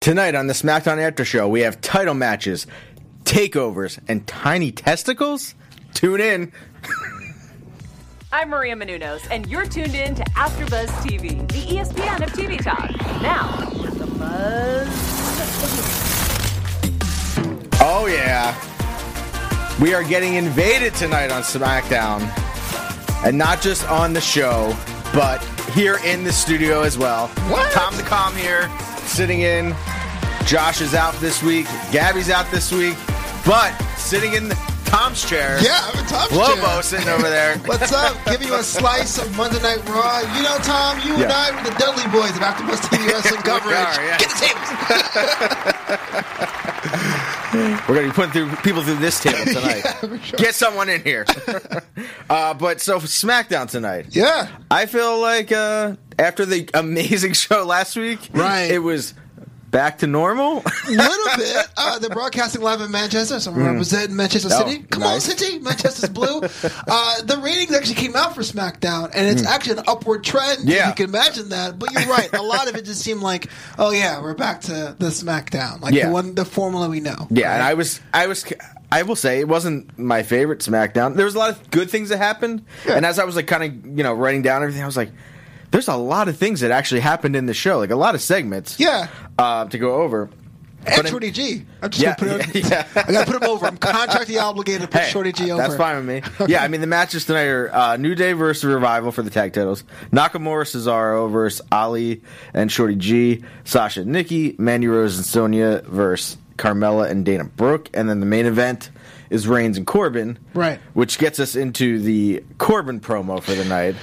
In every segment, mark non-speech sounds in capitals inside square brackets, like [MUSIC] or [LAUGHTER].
Tonight on the SmackDown After Show, we have title matches, takeovers, and tiny testicles. Tune in. I'm Maria Menounos, and you're tuned in to AfterBuzz TV, the E ESPN of TV talk. Now, the buzz. Oh, yeah. We are getting invaded tonight on SmackDown. And not just on the show, but here in the studio as well. What? Tom the Calm here, sitting in. Josh is out this week. Gabby's out this week. But sitting in Tom's chair. Yeah, I'm a top Lobo chair. sitting over there. What's up? Giving you a slice of Monday Night Raw. You know, Tom, you and Yeah. I were the Dudley Boys of AfterBuzz [LAUGHS] TV Wrestling We are, coverage. yeah. Get the tables. We're gonna be putting through people through this [LAUGHS] table tonight. Get someone in here. uh, but so for SmackDown tonight. Yeah. I feel like uh, after the amazing [LAUGHS] show last week, Right. It was back to [LAUGHS] normal. little bit. Uh, they're broadcasting live in Manchester, so we're representing Manchester Mm. Oh, City. Come nice. on, City. Manchester's [LAUGHS] blue. Uh, the ratings actually came out for SmackDown, and it's actually an upward trend. if Mm. Yeah. you can imagine that. But you're right. A lot of it just seemed like, oh yeah, we're back to the SmackDown, like Yeah. the one, the formula we know. yeah, and I was, I was, I will say it wasn't my favorite SmackDown. There was a lot of good things that happened, and as I was like kind of you know writing down everything, I was like, there's a lot of things that actually happened in the show, like a lot of segments. Yeah. uh, to go over. And But- Shorty G. I'm just Yeah, gonna put him. [LAUGHS] yeah, yeah. I gotta put him over. I'm contractually obligated to put Hey, Shorty G over. That's fine with me. Yeah, I mean the matches tonight are uh, New Day versus Revival for the tag titles. Nakamura Cesaro versus Ali and Shorty G. Sasha and Nikki, Mandy Rose and Sonya versus Carmella and Dana Brooke, and then the main event is Reigns and Corbin. Right. Which gets us into the Corbin promo for the night.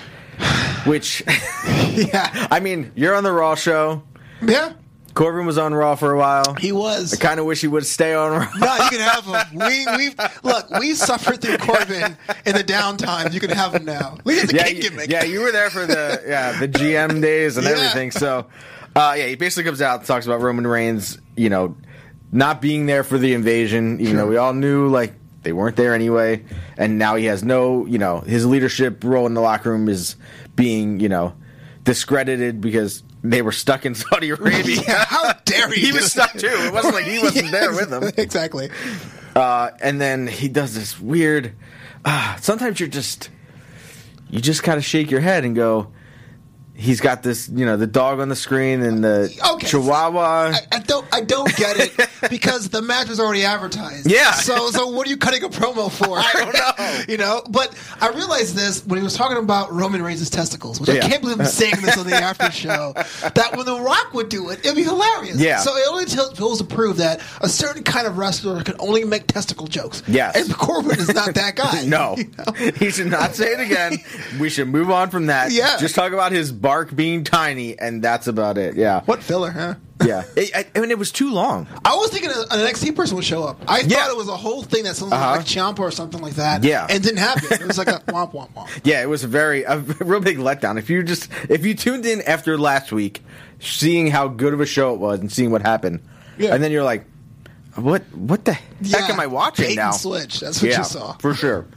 Which [LAUGHS] [LAUGHS] Yeah. I mean, you're on the Raw show. Yeah. Corbin was on Raw for a while. He was. I kind of wish he would stay on Raw. No, you can have him. We we look. We suffered through Corbin in the downtime. You can have him now. We [LAUGHS] get the yeah, king you, gimmick. yeah, you were there for the yeah the GM days and Yeah. everything. So, uh, yeah, he basically comes out and talks about Roman Reigns, you know, not being there for the invasion, even though we all knew like they weren't there anyway, and now he has no, you know, his leadership role in the locker room is being, you know, discredited because they were stuck in [LAUGHS] Saudi Arabia. [LAUGHS] Yeah, how dare he he do was stuck too. It wasn't like he [LAUGHS] wasn't there with them exactly. Uh, and then he does this weird. Uh, sometimes you're just, you just kind of shake your head and go. He's got this, you know, the dog on the screen and the Okay. Chihuahua. I, I don't. I don't get it [LAUGHS] because the match was already advertised. Yeah. So so what are you cutting a [LAUGHS] promo for? I don't know. [LAUGHS] you know. But I realized this when he was talking about Roman Reigns' testicles, which Yeah. I can't believe I'm saying this [LAUGHS] on the after show. That when The Rock would do it, it'd be hilarious. Yeah. So it only tells goes to prove that a certain kind of wrestler can only make testicle jokes. Yes. And Corbin is not that [LAUGHS] guy. no, [LAUGHS] You know? he should not say it again. we should move on from that. Yeah. just talk about his bark being tiny, and that's about it. Yeah, What filler, huh? [LAUGHS] yeah. It, I, I mean, it was too long. I was thinking an NXT person would show up. I Yeah. thought it was a whole thing that something Uh-huh. like Ciampa or something like that. Yeah. And didn't happen. It was [LAUGHS] like a womp womp womp. Yeah, it was a very a [LAUGHS] real big letdown. If you just if you tuned in after last week, seeing how good of a show it was and seeing what happened, Yeah. and then you're like, what what the heck am I watching Bait now? And switch. That's what yeah, you saw. [LAUGHS] for sure.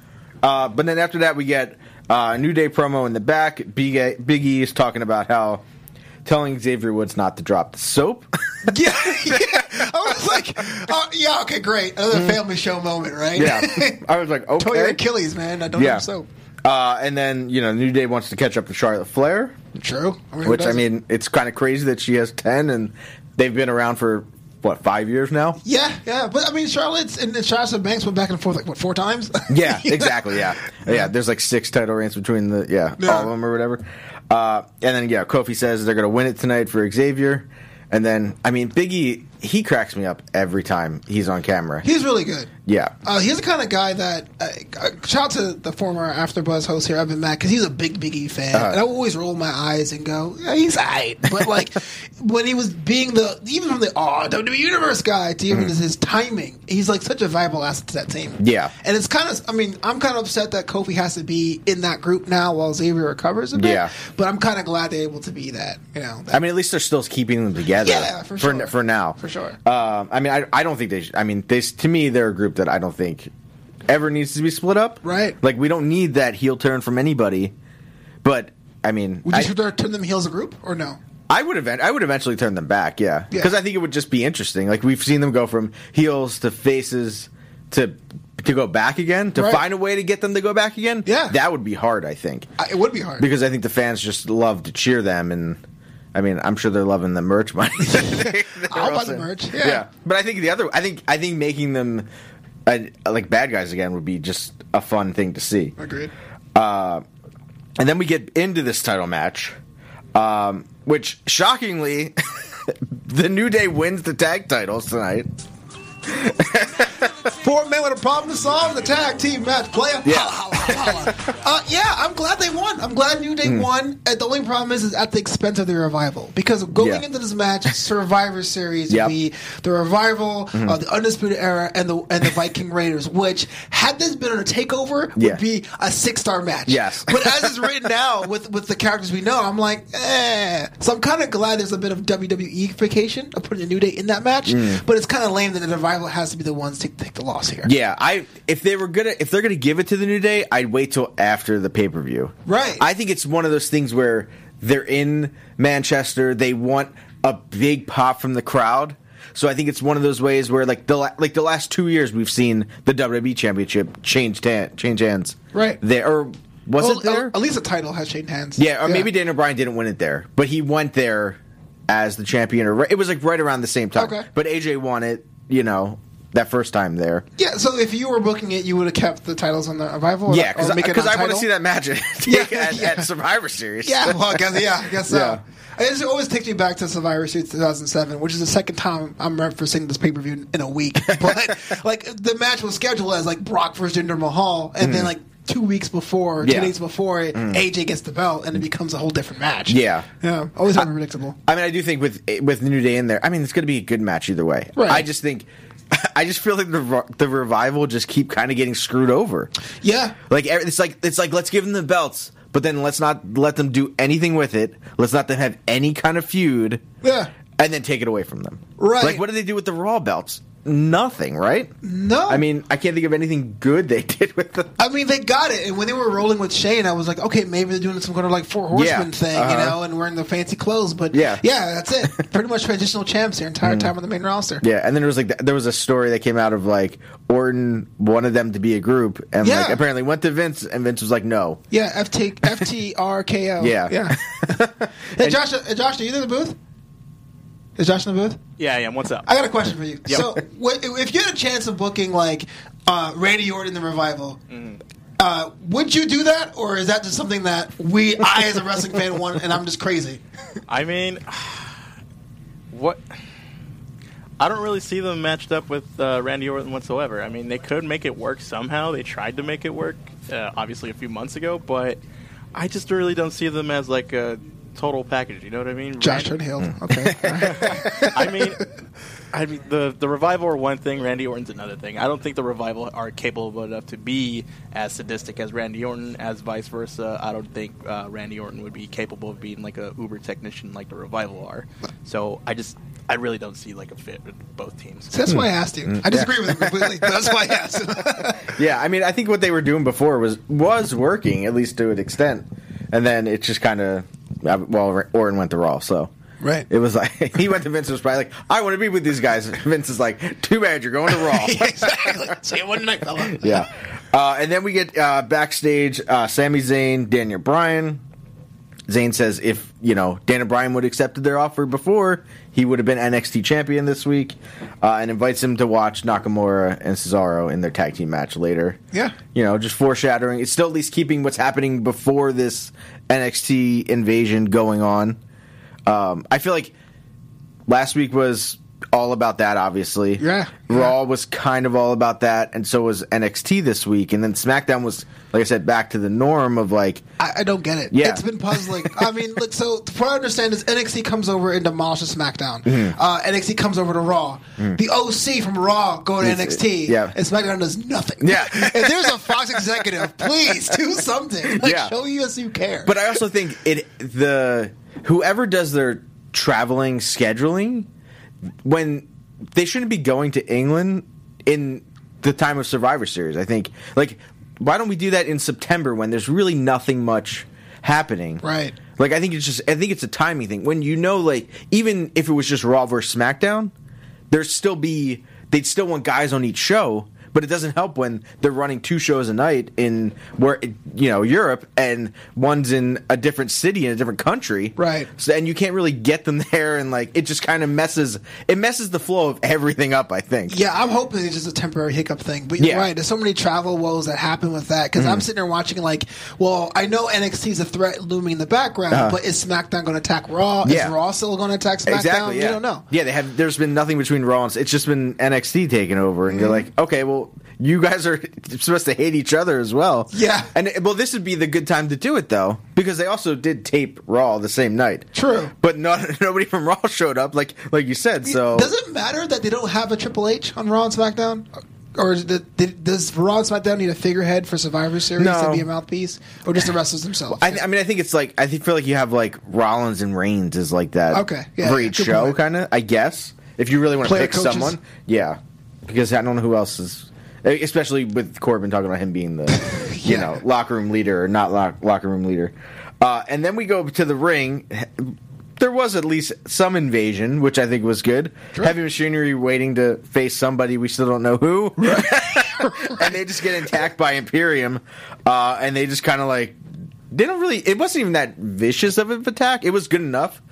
Uh, but then after that, we get uh, New Day promo in the back. Big Big E is talking about how telling Xavier Woods not to drop the soap. [LAUGHS] yeah, yeah. I was like, oh, yeah, okay, great. Another family show moment, right? Mm. [LAUGHS] yeah, I was like, Toy your okay, Achilles, man. I don't yeah. have soap. Uh, and then you know, New Day wants to catch up to Charlotte Flair. True. who Which I doesn't? mean, it's kind of crazy that she has ten, and they've been around for what five years now. Yeah, yeah. But I mean, Charlotte's and, and Charlotte Banks went back and forth like, what, four times? [LAUGHS] [LAUGHS] Yeah, exactly. Yeah, yeah. There's like six title reigns between the yeah, Yeah. all of them or whatever. Uh, and then yeah, Kofi says they're gonna win it tonight for Xavier. And then I mean, Biggie he cracks me up every time he's on camera. He's really good. Yeah, Uh, he's the kind of guy that uh, uh, shout out to the former AfterBuzz host here, Evan Mack, because he's a big Biggie fan, Uh-huh. and I always roll my eyes and go, yeah, "He's alright." But like [LAUGHS] when he was being the even from the oh WWE Universe guy to Mm-hmm. even his, his timing, he's like such a viable asset to that team. Yeah. and it's kind of I mean I'm kind of upset that Kofi has to be in that group now while Xavier recovers a bit. Yeah. but I'm kind of glad they're able to be that. You know, that- I mean, at least they're still keeping them together. Yeah, for sure. for now, For sure. Um, I mean, I, I don't think they. Should, I mean, they to me they're a group that I don't think ever needs to be split up. Right. Like we don't need that heel turn from anybody. But I mean, would I- you turn them heels a group or no? I would event- I would eventually turn them back, yeah, Yeah. because I think it would just be interesting. Like we've seen them go from heels to faces to to go back again to Right. find a way to get them to go back again. Yeah. that would be hard, I think, I, it would be hard. because I think the fans just love to cheer them, and I mean, I'm sure they're loving the merch money. [LAUGHS] They're I'll buy also- the merch, yeah. but I think the other, I think I think making them uh, like bad guys again would be just a fun thing to see. Agreed. And then we get into this title match, um, which shockingly, [LAUGHS] the New Day wins the tag titles tonight. Four men with a problem to solve in the tag team match. Player. Yeah. Holla, holla, [LAUGHS] holla. uh, yeah, I'm glad they won. I'm glad New Hmm. Day won. Uh, the only problem is, is at the expense of the revival. Because going Yeah. into this match, Survivor Series Yep. Hmm. would be the revival of the Undisputed Era and the and the Viking Raiders, which had this been on a takeover would Yeah. be a six star match. Yes. But as it's written now with, with the characters we know, I'm like, eh. So I'm kind of glad there's a bit of WWE vacation of putting the New Day in that match. But it's kind of lame that the revival has to be the ones to take the loss here. Mm. Yeah, I if they were gonna if they're gonna give it to the New Day, I'd wait till after the pay per view. Right. I think it's one of those things where they're in Manchester, they want a big pop from the crowd. So I think it's one of those ways where like the la- like the last two years we've seen the WWE Championship change ta- change hands. Right. there or was Well, it there? At least the title has changed hands. Yeah, or maybe Daniel Bryan didn't win it there, but he went there as the champion. Or ri- it was like right around the same time. Okay. But AJ won it, you know, that first time there. Yeah, so if you were booking it, you would have kept the titles on the revival? or- yeah, or make it because I want to non-title? see that match [LAUGHS] at, Yeah, at, yeah. at Survivor Series. Yeah, well, I guess, yeah, I guess Yeah. so. It just always takes me back to Survivor Series 2007, which is the second time I'm referencing this pay per view in [LAUGHS] a week. But like the match was scheduled as like Brock versus Jinder Mahal, and then like two weeks before, Mm-hmm. Yeah. Mm. two days before it, AJ gets the belt, and it becomes a whole different match. Yeah. yeah, always unpredictable. I mean, I do think with with the New Day in there, I mean, it's going to be a good match either way. Right. I just think, [LAUGHS] I just feel like the Rev- the revival just keep kind of getting screwed over. Yeah, Like ev- it's like it's like let's give them the belts, but then let's not let them do anything with it. Let's not them have any kind of feud. Yeah. and then take it away from them. Right. Mm-hmm. Like what did they do with the Raw belts? Nothing, right? No. I mean, I can't think of anything good they [LAUGHS] did with them. I mean, they got it. And when they were rolling with Shane, I was like, okay, maybe they're doing some kind of like four horsemen Yeah, thing, uh-huh. you know, and wearing the fancy clothes. But Yeah. Mm. that's it. Pretty much [LAUGHS] transitional champs their entire time on the main roster. Yeah, and then there was like th- there was a story that came out of like Orton wanted them to be a group, and like Yeah. apparently went to Vince, and Vince was like, "No, Yeah, FT, FTRKO. Yeah. Yeah. [LAUGHS] hey, Josh, uh, Josh, are you in the booth? Is Josh in the booth? Yeah, yeah. What's up? I got a question for you. Yep. So, wh- if you had a chance of booking like uh, Randy Orton in the revival, Mm-hmm. uh, would you do that, or is that just something that we, I as a wrestling fan, want, and I'm just crazy? I mean, [SIGHS] what? I don't really see them matched up with uh, Randy Orton whatsoever. I mean, they could make it work somehow. They tried to make it work, uh, obviously a few months ago, but I just really don't see them as like a total package. You know what I mean? Josh Randy- Mm. Turnhill. Okay. [LAUGHS] I mean, I mean the the revival are one thing. Randy Orton's another thing. I don't think the revival are capable enough to be as sadistic as Randy Orton, as vice versa. I don't think uh, Randy Orton would be capable of being like a Uber technician like the revival are. So I just I really don't see like a fit with both teams. So that's why I asked Mm. you. I disagree with him completely. But that's why I asked. Him. [LAUGHS] yeah." I mean, I think what they were doing before was was working at least to an extent, and then it just kind of well, Ra- Orton went to Raw, so. Right. It was like [LAUGHS] he went to Vince and was probably like, I want to be with these guys. [LAUGHS] Vince is like, Too bad you're going to [LAUGHS] Raw. exactly. See you one night, fella. [LAUGHS] yeah. Uh, and then we get uh, backstage uh, Sami Zayn, Daniel Bryan. Zayn says if, you know, Daniel Bryan would have accepted their offer before, he would have been NXT champion this week uh, and invites him to watch Nakamura and Cesaro in their tag team match later. Yeah. You know, just foreshadowing. It's still at least keeping what's happening before this NXT invasion going on. Um, I feel like last week was all about that, obviously. Yeah. Raw was kind of all about that, and so was NXT this week. And then SmackDown was, like I said, back to the norm of like, I, I don't get it. Yeah. It's been puzzling. I mean, look, so what I understand is NXT comes over and demolishes SmackDown. Mm-hmm. Uh, NXT comes over to Raw. The OC from Raw go to It's- uh, NXT. yeah. And SmackDown does nothing. Yeah. [LAUGHS] if there's a Fox executive, please [LAUGHS] do something. Like, Yeah. Show us you care. But uh, I also think it the whoever does their traveling scheduling when they shouldn't be going to England in the time of Survivor Series. I think like why don't we do that in September when there's really nothing much happening? Right. Like I think it's just I think it's a timing thing. When you know, like even if it was just Raw versus SmackDown, there'd still be they'd still want guys on each show. But it doesn't help when they're running two shows a night in where you know Europe and one's in a different city in a different country, Right. So and you can't really get them [LAUGHS] there, and like it just kind of messes it messes the flow of everything up. I think. Yeah, I'm hoping it's just a temporary hiccup thing. But you're Yeah. Mm-hmm. right. There's so many travel woes that happen with that because I'm sitting there watching like, well, I know NXT's a threat looming in the background, but is SmackDown going to attack Raw? Uh-huh. Yeah. Is Raw still going to attack SmackDown? Exactly. Yeah. We don't know. Yeah, they have. There's been nothing between Raw and. It's just been NXT taking over, and you're Mm-hmm. like, okay, well, you guys are [LAUGHS] supposed to hate each other as well. Yeah. And well, this would be the good time to do it though, because they also did tape Raw the same night. True. But not [LAUGHS] nobody from Raw showed up, like like you said. So Does it matter that they don't have a Triple H on Raw and SmackDown? Or is the, did- does Raw and SmackDown need a figurehead for Survivor Series No. to be a mouthpiece, or just the wrestlers themselves? I, th- I mean, I think it's like I think feel like you have like Rollins and Reigns is like that. Okay, yeah, for yeah, each good show, point. kind of. I guess if you really want to Player pick coaches. someone, yeah, because I don't know who else is. e, Especially with Corbin talking about him being [LAUGHS] the, you Yeah. know, locker room leader or not lock, locker room leader, uh, and then we go to the ring. There was at least some invasion, which I think was good. Heavy machinery waiting to face somebody we still don't know who, [LAUGHS] and they just get attacked by Imperium, uh, and they just kind of like they don't really. It wasn't even that vicious of an attack. It was good enough,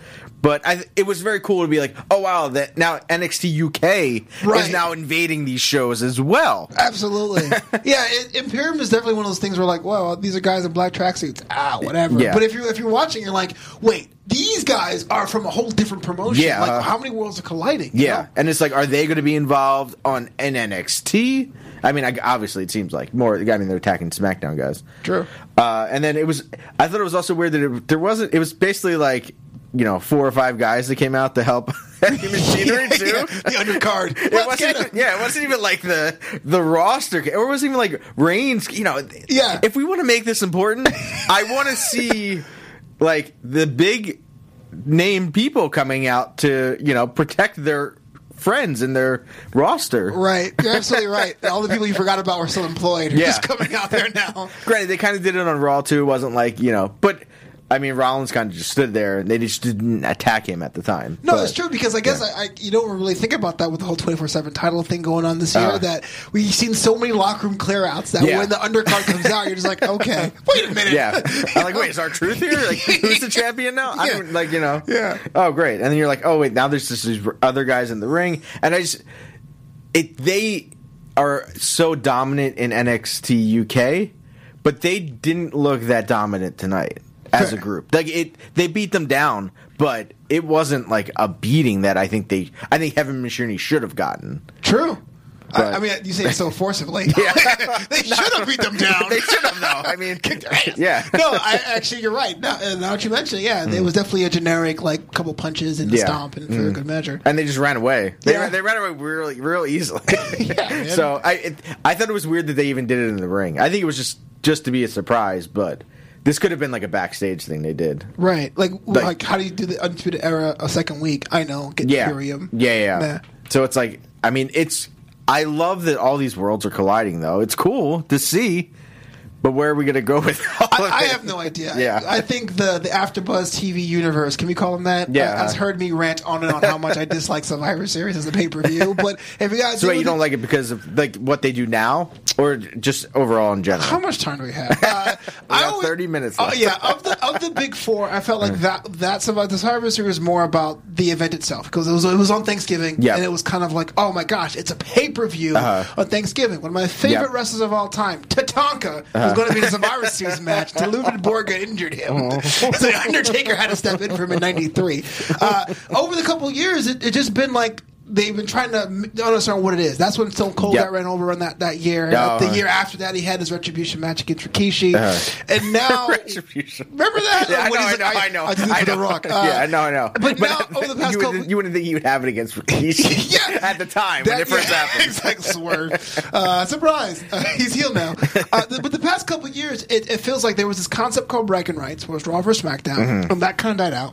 but I, it was very cool to be like, oh wow, that now NXT UK is Right. now invading these shows as well. [LAUGHS] Absolutely. yeah, it, Imperium is definitely one of those things where like, well, these are guys in black tracksuits. Ah, whatever. Yeah. But if you if you're watching, you're like, wait, these guys are from a whole different promotion. Yeah. Like, how many worlds are colliding? you Yeah, know? and it's like, are they going to be involved on in NXT? I mean, I, obviously, it seems like more. I mean, they're attacking SmackDown guys. True. Uh, and then it was. I thought it was also weird that it, there wasn't. It was basically like you know four or five guys that came out to help [LAUGHS] Heavy Machinery too. [LAUGHS] Yeah, the undercard. It Let's wasn't get 'em. even, yeah, it wasn't even like the the roster, ca- or it wasn't even like Reigns. You know, Yeah. If we want to make this important, I want to see like the big name people coming out to you know protect their friends and their roster. Right. You're absolutely right. All the people you forgot about were still employed. are Yeah. Just coming out there now. Granted, they kind of did it on Raw too. It wasn't like you know, but I mean, Rollins kind of just stood there and they just didn't attack him at the time. No, But- that's true because I guess I, I you don't really think about that with the whole twenty four seven title thing going on this year. Uh. that we've seen so many locker room clearouts that Yeah. when the undercard comes out, you're just like, okay, [LAUGHS] wait a minute. Yeah, I'm like, wait, is our truth here? Like, who's the champion now? I Yeah. don't like, you know. Yeah. Oh, great. And then you're like, oh wait, now there's just these other guys in the ring, and I just it they are so dominant in NXT UK, but they didn't look that dominant tonight as a group. Like it, they beat them down, but it wasn't like a beating that I think they, I think Heaven Machinery should have gotten. [LAUGHS] True. I, But- I mean, you say it so forcibly. [LAUGHS] Yeah. [LAUGHS] they should have beat them down. [LAUGHS] they should have though. I [LAUGHS] mean, [LAUGHS] yeah. [LAUGHS] Mm. no, I actually, you're right. Now, uh, now that you mention it, yeah, it was definitely a generic like couple punches and a Yeah. Mm. stomp and for a good measure. and they just ran away. They, Yeah. they ran away really, real [LAUGHS] easily. man. so I, it, I thought it was weird that they even did it in the ring. I think it was just just to be a surprise, but this could have been like a backstage thing they did. Right. Like, w- Like- like, how do you do the Undisputed Era a second week? I know. Get Yeah, Imperium. yeah, yeah. Nah. So it's like, I mean, it's. I love that all these worlds are colliding, though. It's cool to see, but where are we going to go [LAUGHS] with all of I, I it? have no idea. Yeah. I think the the AfterBuzz TV universe. Can we call them that? Yeah. I, have heard me rant on and on how much I dislike Survivor Series as a pay per view. But if you guys, So wait, you don't like it because of like what they do now, or just overall in general? [LAUGHS] How much time do we have? Uh, We got 30 minutes Oh left. yeah, of the of the big four, I felt like that that's about the Survivor Series more about the event itself because it was it was on Thanksgiving Yeah. Uh-huh. and it was kind of like oh my gosh, it's a pay per view on Thanksgiving. One of my favorite Yeah. Uh-huh. wrestlers of all time, Tatanka, was going to be in a Survivor Series match. Deluvid Borga injured him, Oh. [LAUGHS] so the Undertaker had to step in for him in '93. Uh, over the couple years, it, it just been like. They've been trying to m- understand what it is. That's when Stone Cold Yeah. got ran over on that, that year. Yeah, the uh-huh. year after that, he had his retribution match against Rikishi, and [LAUGHS] now Retribution. Remember that? Yeah, I When know, I he's know, like, I know. I did it I for know. The Rock. Uh, [LAUGHS] [LAUGHS] yeah, I know, I know. But, now, over the past you couple, wouldn't, you wouldn't think you would have it [LAUGHS] against [LAUGHS] Rikishi yeah, at the time when That- it first yeah, [LAUGHS] happened. It's like swerve. Uh, surprise, uh, he's healed now. Uh, th- but the past couple of years, it, it feels like there was this concept called Bragging Rights, where it was Raw versus SmackDown, Mm-hmm. and that kind of died out.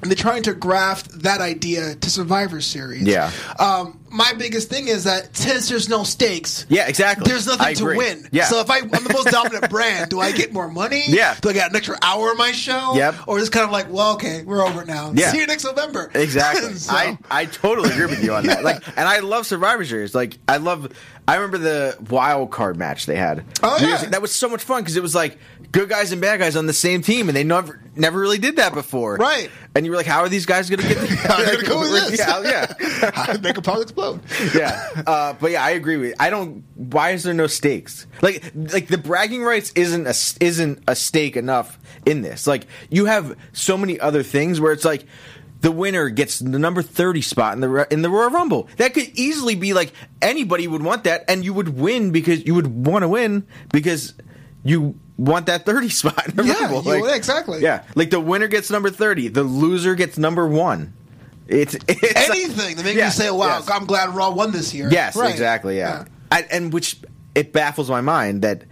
And they're trying to graft that idea to Survivor Series. Yeah. Um, my biggest thing is that since there's no stakes, Yeah, exactly. there's nothing I to agree. win. Yeah. So if I, I'm the most [LAUGHS] dominant brand, do I get more money? Yeah. Do I get an extra hour in my show? Yep. Or is it kind of like, well, okay, we're over it now. Yeah. See you next November. [LAUGHS] Exactly. So- I, I totally agree with you on that. Like, and I love Survivor Series. Like, I love. I remember the wild card match they had. Oh, yeah. Years- that was so much fun because it was like good guys and bad guys on the same team, and they never never really did that before. Right. And you were like, how are these guys going to [LAUGHS] get? How are they gonna [LAUGHS] go with this? Yeah, oh, yeah. [LAUGHS] Make a pot explode. [LAUGHS] yeah. Uh, but yeah, I agree with. I don't. Why is there no stakes? Like, like the bragging rights isn't a isn't a stake enough in this. Like, you have so many other things where it's like. The winner gets the number thirty spot in the Ro- in the Royal Rumble. That could easily be like anybody would want that, and you would win because you would want to win because you want that thirty [LAUGHS] spot. In the Yeah, Rumble. you- exactly. Yeah, like the winner gets number thirty, the loser gets number one. It's, it's Anything to make Yeah, you say, wow, yes. I'm glad Raw won this year. Yes, Right. exactly. Yeah, I, and which it baffles my mind that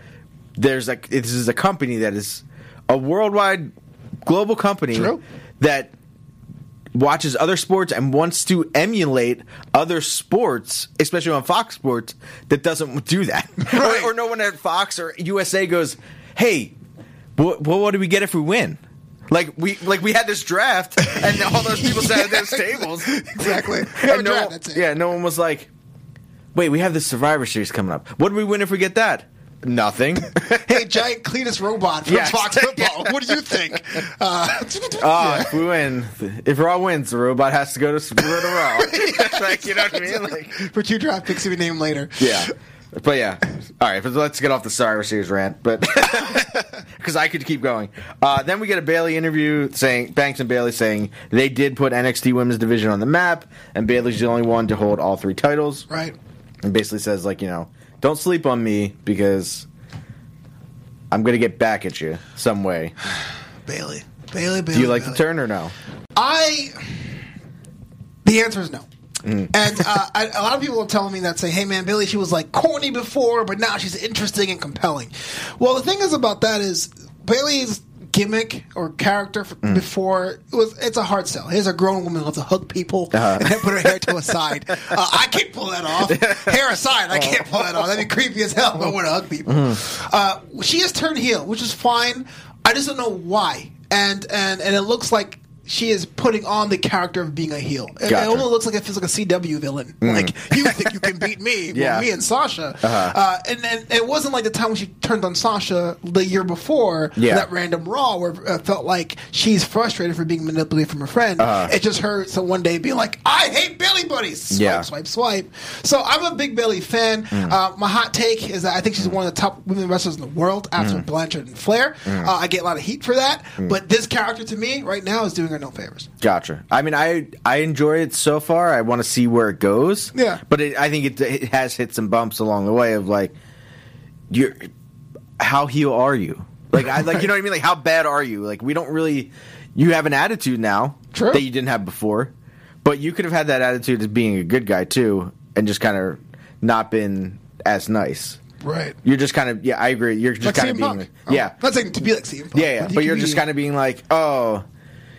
there's like this is a company that is a worldwide global company True. that watches other sports and wants to emulate other sports, especially on Fox Sports, that doesn't do that, [LAUGHS] Or- Right. or, no one at Fox or USA goes, "Hey, what, what, what do we get if we win?" Like we like we had this draft, and all those people sat [LAUGHS] at those tables. Exactly. [LAUGHS] We have a And no draft, one- that's it. yeah, no one was like, "Wait, we have the Survivor Series coming up. What do we win if we get that?" Nothing. Hey, giant cleanest robot from Yes. [LAUGHS] Fox Football. What do you think? Uh, [LAUGHS] Ah, if we win, if Raw wins, the robot has to go to, go to Raw. [LAUGHS] like you know what I mean? Like for two draft picks to be named later. yeah. But yeah, all right. But let's get off the Survivor Series rant, but [LAUGHS] because I could keep going. Uh, then we get a Bailey interview saying Banks and Bailey saying they did put NXT Women's Division on the map, and Bailey's the only one to hold all three titles. Right. and basically says like you know don't sleep on me because i'm gonna get back at you some way Bailey. Bailey, Bailey. do you like the [LAUGHS] Bailey. turn or no I. The answer is no. And uh, I, a lot of people are telling me that say, "Hey, man, Bailey, she was like corny before, but now she's interesting and compelling." Well, the thing is about that is Bailey's gimmick or character f- before it was it's a hard sell. Here's a grown woman who loves to hook people and then put her hair to a side. Uh, I can't pull that off. hair aside, I can't pull that off. That'd be creepy as hell. I want to hug people. Uh, she has turned heel, which is fine. I just don't know why. And and and it looks like she is putting on the character of being a heel. It- It Gotcha. Mm. almost looks like it feels like a CW villain. Like you think you can [LAUGHS] beat me? Yeah. Uh-huh. Well, me and Sasha. uh and, and it wasn't like the time when she turned on Sasha the year before Yeah. that random Raw, where it felt like she's frustrated for being manipulated from her friend. Uh-huh. It just hurts so one day being like, "I hate Billy buddies." Swipe, Yeah. Mm. swipe, swipe. So I'm a big Bailey fan. Uh, my hot take is that I think she's one of the top women wrestlers in the world after Mm. Blanchard and Flair. Uh, I get a lot of heat for that, but this character to me right now is doing her no favors. gotcha i mean i i enjoy it so far i want to see where it goes Yeah. but it, i think it, it has hit some bumps along the way of like you're how heel are you like i like you know what i mean like how bad are you like we don't really you have an attitude now True. that you didn't have before but you could have had that attitude as being a good guy too and just kind of not been as nice Right. You're just kind of yeah, I agree. You're just Like kind CM of being Punk. yeah, I'm not saying to be Oh, like CM Punk. yeah, yeah. But you you're can just be- kind of being like, oh,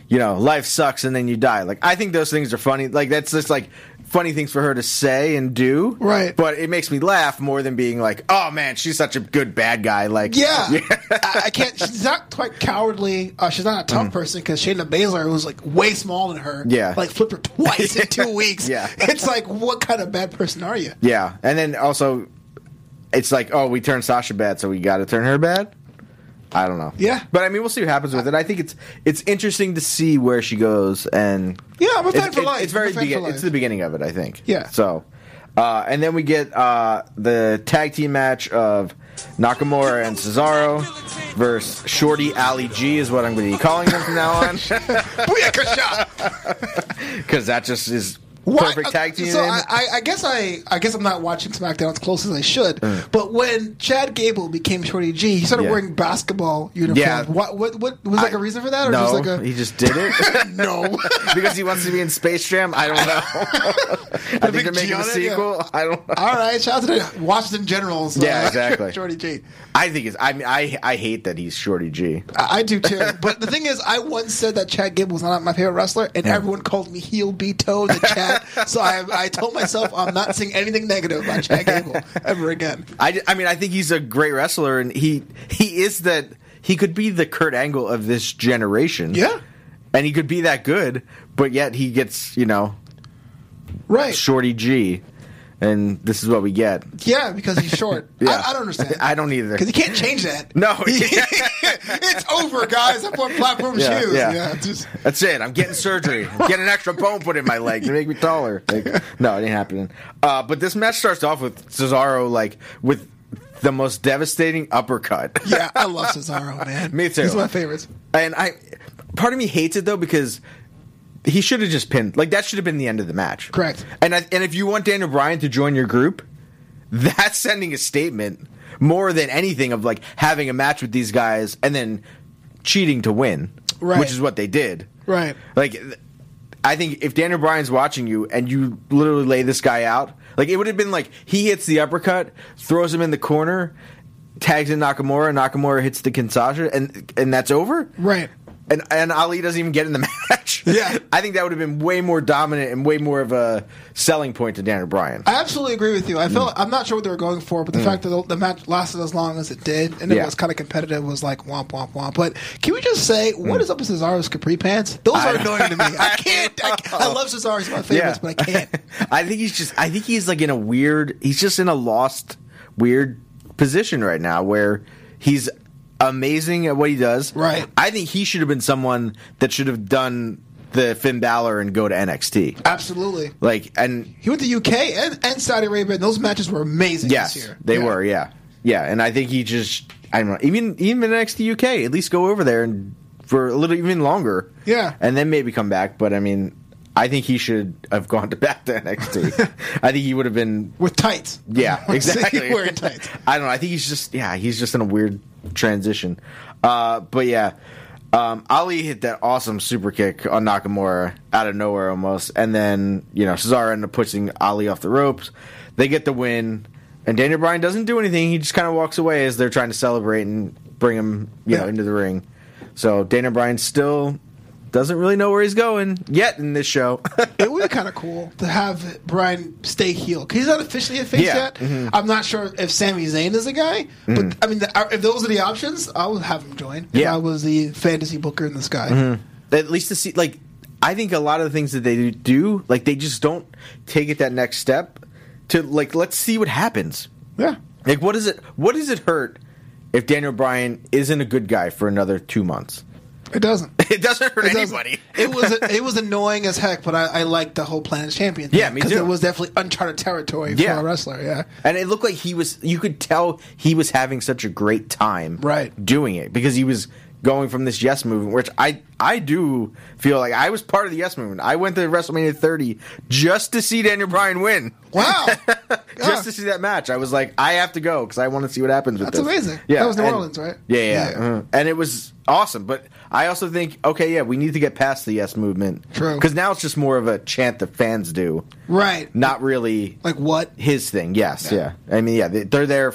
you know, life sucks, and then you die. Like I think those things are funny. Like that's just like funny things for her to say and do. Right. But it makes me laugh more than being like, oh man, she's such a good bad guy. Like [LAUGHS] Yeah, I, I can't. She's not quite cowardly. Uh, she's not a tough person 'cause person because Shayna Baszler was like way smaller than her. Mm. Yeah. like flipped her [LAUGHS] twice in two weeks. Yeah. [LAUGHS] it's like what kind of bad person are you? yeah. And then also, it's like, oh, we turned Sasha bad, so we got to turn her bad. I don't know. Yeah. but I mean, we'll see what happens with it. I think it's it's interesting to see where she goes, and Yeah, I'm a fan it's, for it- life. It's very I'm a fan begin- for life. it's the beginning of it, I think. Yeah. So, uh, and then we get uh, the tag team match of Nakamura and Cesaro versus Shorty Ali G is what I'm going to be calling them from now [LAUGHS] on Oh, [LAUGHS] Booyakasha! because that just is Why- Uh, perfect tag team. So name. I, I, I guess I, I guess I'm not watching SmackDown as close as I should. But when Chad Gable became Shorty G, he started Mm. Yeah. wearing basketball uniforms. Yeah. What, what, what was like a reason for that, or no, just like a he just did it. [LAUGHS] [LAUGHS] no? [LAUGHS] because he wants to be in Space Jam. [LAUGHS] I don't know. I think big they're making a Gianna, yeah. sequel. I don't. Know. All right, shout out to the Washington Generals. uh, Yeah, [LAUGHS] exactly. Shorty G. I think it's. I mean, I I hate that he's Shorty G. I I [LAUGHS] do too. But the thing is, I once said that Chad Gable was not my favorite wrestler, and everyone called me heel B toe, the [LAUGHS] Chad that. So I, I told myself I'm not saying anything negative about Chad Gable ever again. I, I mean, I think he's a great wrestler, and he he is that he could be the Kurt Angle of this generation. Yeah. and he could be that good, but yet he gets you know Right. Shorty G, and this is what we get. Yeah, because he's short. [LAUGHS] Yeah. I, I don't understand. I don't either. Because he can't [LAUGHS] change that. No. [LAUGHS] it's over, guys. That's what platforms Yeah, use. yeah. Yeah. just- That's it. I'm getting surgery. I'm getting an extra bone put in my leg to make me taller. Like, no, it ain't happening. Uh, but this match starts off with Cesaro like with the most devastating uppercut. yeah, I love Cesaro, [LAUGHS] man. Me too. He's my favorite. And I, part of me hates it though because he should have just pinned. Like that should have been the end of the match. Correct. And I, and if you want Daniel Bryan to join your group, that's [LAUGHS] sending a statement more than anything of like having a match with these guys and then cheating to win, Right. which is what they did. Right. Like, th- I think if Daniel Bryan's watching you and you literally lay this guy out, like it would have been like he hits the uppercut, throws him in the corner, tags in Nakamura, Nakamura hits the Kinshasa, and and that's over. Right. And and Ali doesn't even get in the [LAUGHS] match. Yeah. I think that would have been way more dominant and way more of a selling point to Daniel Bryan. I absolutely agree with you. I felt Mm. I'm not sure what they were going for, but the fact that the, the match lasted as long as it did and Yeah. it was kind of competitive was like womp womp womp. But can we just say Mm. what is up with Cesaro's capri pants? Those are annoying to [LAUGHS] me. I can't. I, can't- I love Cesaro. He's my favorite, Yeah. but I can't. [LAUGHS] I think he's just. I think he's like in a weird. He's just in a lost, weird position right now where he's amazing at what he does. Right. I think he should have been someone that should have done the Finn Balor and go to NXT. Absolutely. Like and He went to UK and, and Saudi Arabia, and those matches were amazing yes, this year. they Yeah. were. Yeah, yeah. And I think he just. I don't know. Even even NXT UK, at least go over there and for a little even longer. Yeah. and then maybe come back. But I mean. I think he should have [LAUGHS] gone to back to [LAUGHS] NXT. I think he would have been with tights. [LAUGHS] Yeah, I wanna see exactly. you wearing tights. I don't know. I think he's just yeah, he's just in a weird transition. Uh, but yeah, um, Ali hit that awesome super kick on Nakamura out of nowhere almost, and then you know Cesaro ended up pushing Ali off the ropes. They get the win, and Daniel Bryan doesn't do anything. He just kind of walks away as they're trying to celebrate and bring him you know Yeah. into the ring. So Daniel Bryan still doesn't really know where he's going yet in this show. [LAUGHS] It would be kind of cool to have Brian stay heel because he's not officially a face Yeah, Mm-hmm. Mm. yet. I'm not sure if Sami Zayn is a guy, but I mean, the, if those are the options, I would have him join. If Yeah. Mm-hmm. I was the fantasy booker in the sky. at least to see like i think a lot of the things that they do like they just don't take it that next step to like let's see what happens Yeah, like what is it what does it hurt if daniel bryan isn't a good guy for another two months [LAUGHS] it doesn't. it doesn't hurt It doesn't. [LAUGHS] anybody it was it was annoying as heck, but I, I liked the whole Planet Champion. Yeah, me too. it was definitely uncharted territory Yeah. for a wrestler. [LAUGHS] Yeah, and it looked like he was you could tell he was having such a great time Right. doing it because he was going from this yes movement which i i do feel like i was part of the yes movement i went to wrestlemania 30 just to see daniel bryan win wow, Yeah. [LAUGHS] just to see that match. I was like, I have to go because I want to see what happens with That's this. amazing. That was New and- Orleans, right? Yeah, yeah, Yeah. mhm. and it was awesome. But I also think, okay, yeah, we need to get past the yes movement, True. because now it's just more of a chant the fans do, right? not really Like what? his thing. Yes, yeah. Yeah. I mean, yeah, they, they're there.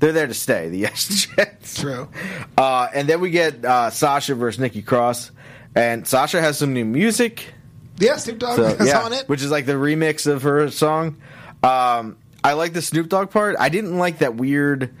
They're there to stay. The [LAUGHS] yes chants. True. Uh, and then we get uh, Sasha versus Nikki Cross, and Sasha has some new music. Yeah, Snoop Dogg [LAUGHS] So, was yeah, on it. which is like the remix of her song. Um, I like the Snoop Dogg part. I didn't like that weird.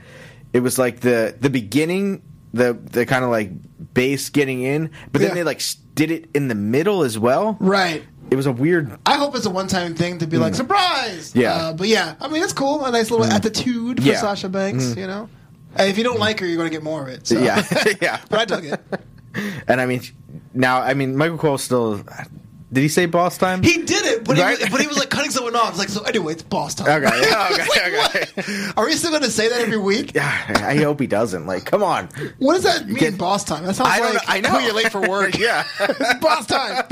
It was like the the beginning, the the kind of like bass getting in, but then Yeah. they like s- did it in the middle as well. right. It was a [LAUGHS] weird. I hope it's a one-time thing to be like surprise. Mm. Yeah. Mm. uh, but yeah, I mean it's cool. A nice little attitude for Yeah. Mm. Sasha Banks. You know, And if you don't like her, you're going to get more of it. So. Yeah, [LAUGHS] yeah. [LAUGHS] but I dug it. And I mean, now I mean Michael Cole still. Did he say boss time? He did it, but Right? he was, but he was like cutting someone off. It's like so. Anyway, it's boss [LAUGHS] time. [LAUGHS] Okay, yeah, It's okay, like, okay. what? Are we still going to say that every [LAUGHS] week? yeah, I hope he doesn't. Like, come on. What does that mean? Get- boss time. That sounds I don't like know- I know. oh, [LAUGHS] you're late for [LAUGHS] work. Yeah. It's [LAUGHS] boss [LAUGHS] time.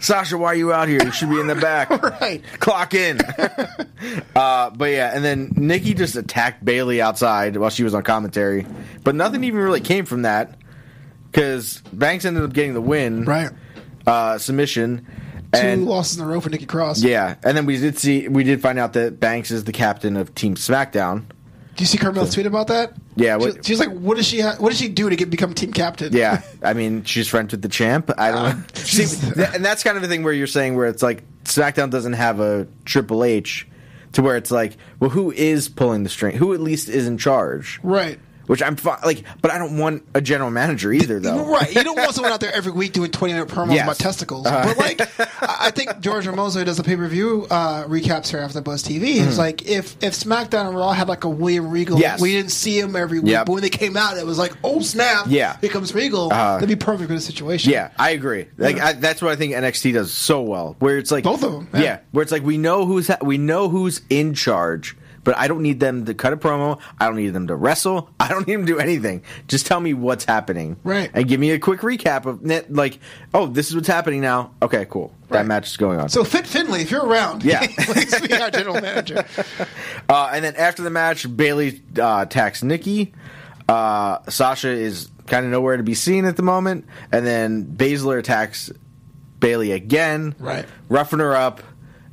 Sasha, why are you out here? You should be in the back. [LAUGHS] Right. Clock [LAUGHS] in. uh, but yeah, and then Nikki just attacked Bailey outside while she was on commentary, but nothing even really came from that because Banks ended up getting the win, Right. Uh, submission, Two and losses in a row for Nikki Cross. yeah, and then we did see we did find out that Banks is the captain of Team SmackDown. Do you see Carmel's tweet about that? Yeah, She- what- she's like, what does she? Ha- what does she do to get become team captain? [LAUGHS] Yeah, I mean, she's friends with the champ. I Ah, don't. know. [LAUGHS] See, th- and that's kind of the thing where you're saying where it's like SmackDown doesn't have a Triple H, to where it's like, well, who is pulling the string? Who at least is in charge? right. Which I'm fine, like, but I don't want a general manager either, though. Right, you don't want someone out there every week doing twenty minute promos Yes. Uh-huh. about testicles. But like, I I think George Ramoso does the pay per view uh, recaps here after Buzz TV. It's like if if SmackDown and Raw had like a William Regal, Mm-hmm. Yes. we didn't see him every week, Yep. but when they came out, it was like, oh snap, Yeah. Uh-huh. here comes Regal. That'd be perfect for the situation. Yeah, I agree. Like I, that's what I think NXT does so well. Where it's like Both of 'em, yeah. Yeah. where it's like we know who's ha- we know who's in charge, but I don't need them to cut a promo. I don't need them to wrestle. [LAUGHS] I don't need them to do anything. Just tell me what's happening, Right. And give me a quick recap of net. Like, oh, this is what's happening now. Okay, cool. That Right. match is going on. So Fit Finley, if you're around, Yeah. [LAUGHS] please be our general manager. Uh, and then after the match, Bailey uh, attacks Nikki. Uh, Sasha is kind of nowhere to be seen at the moment, and then Baszler attacks Bailey again, Right. Roughing her up,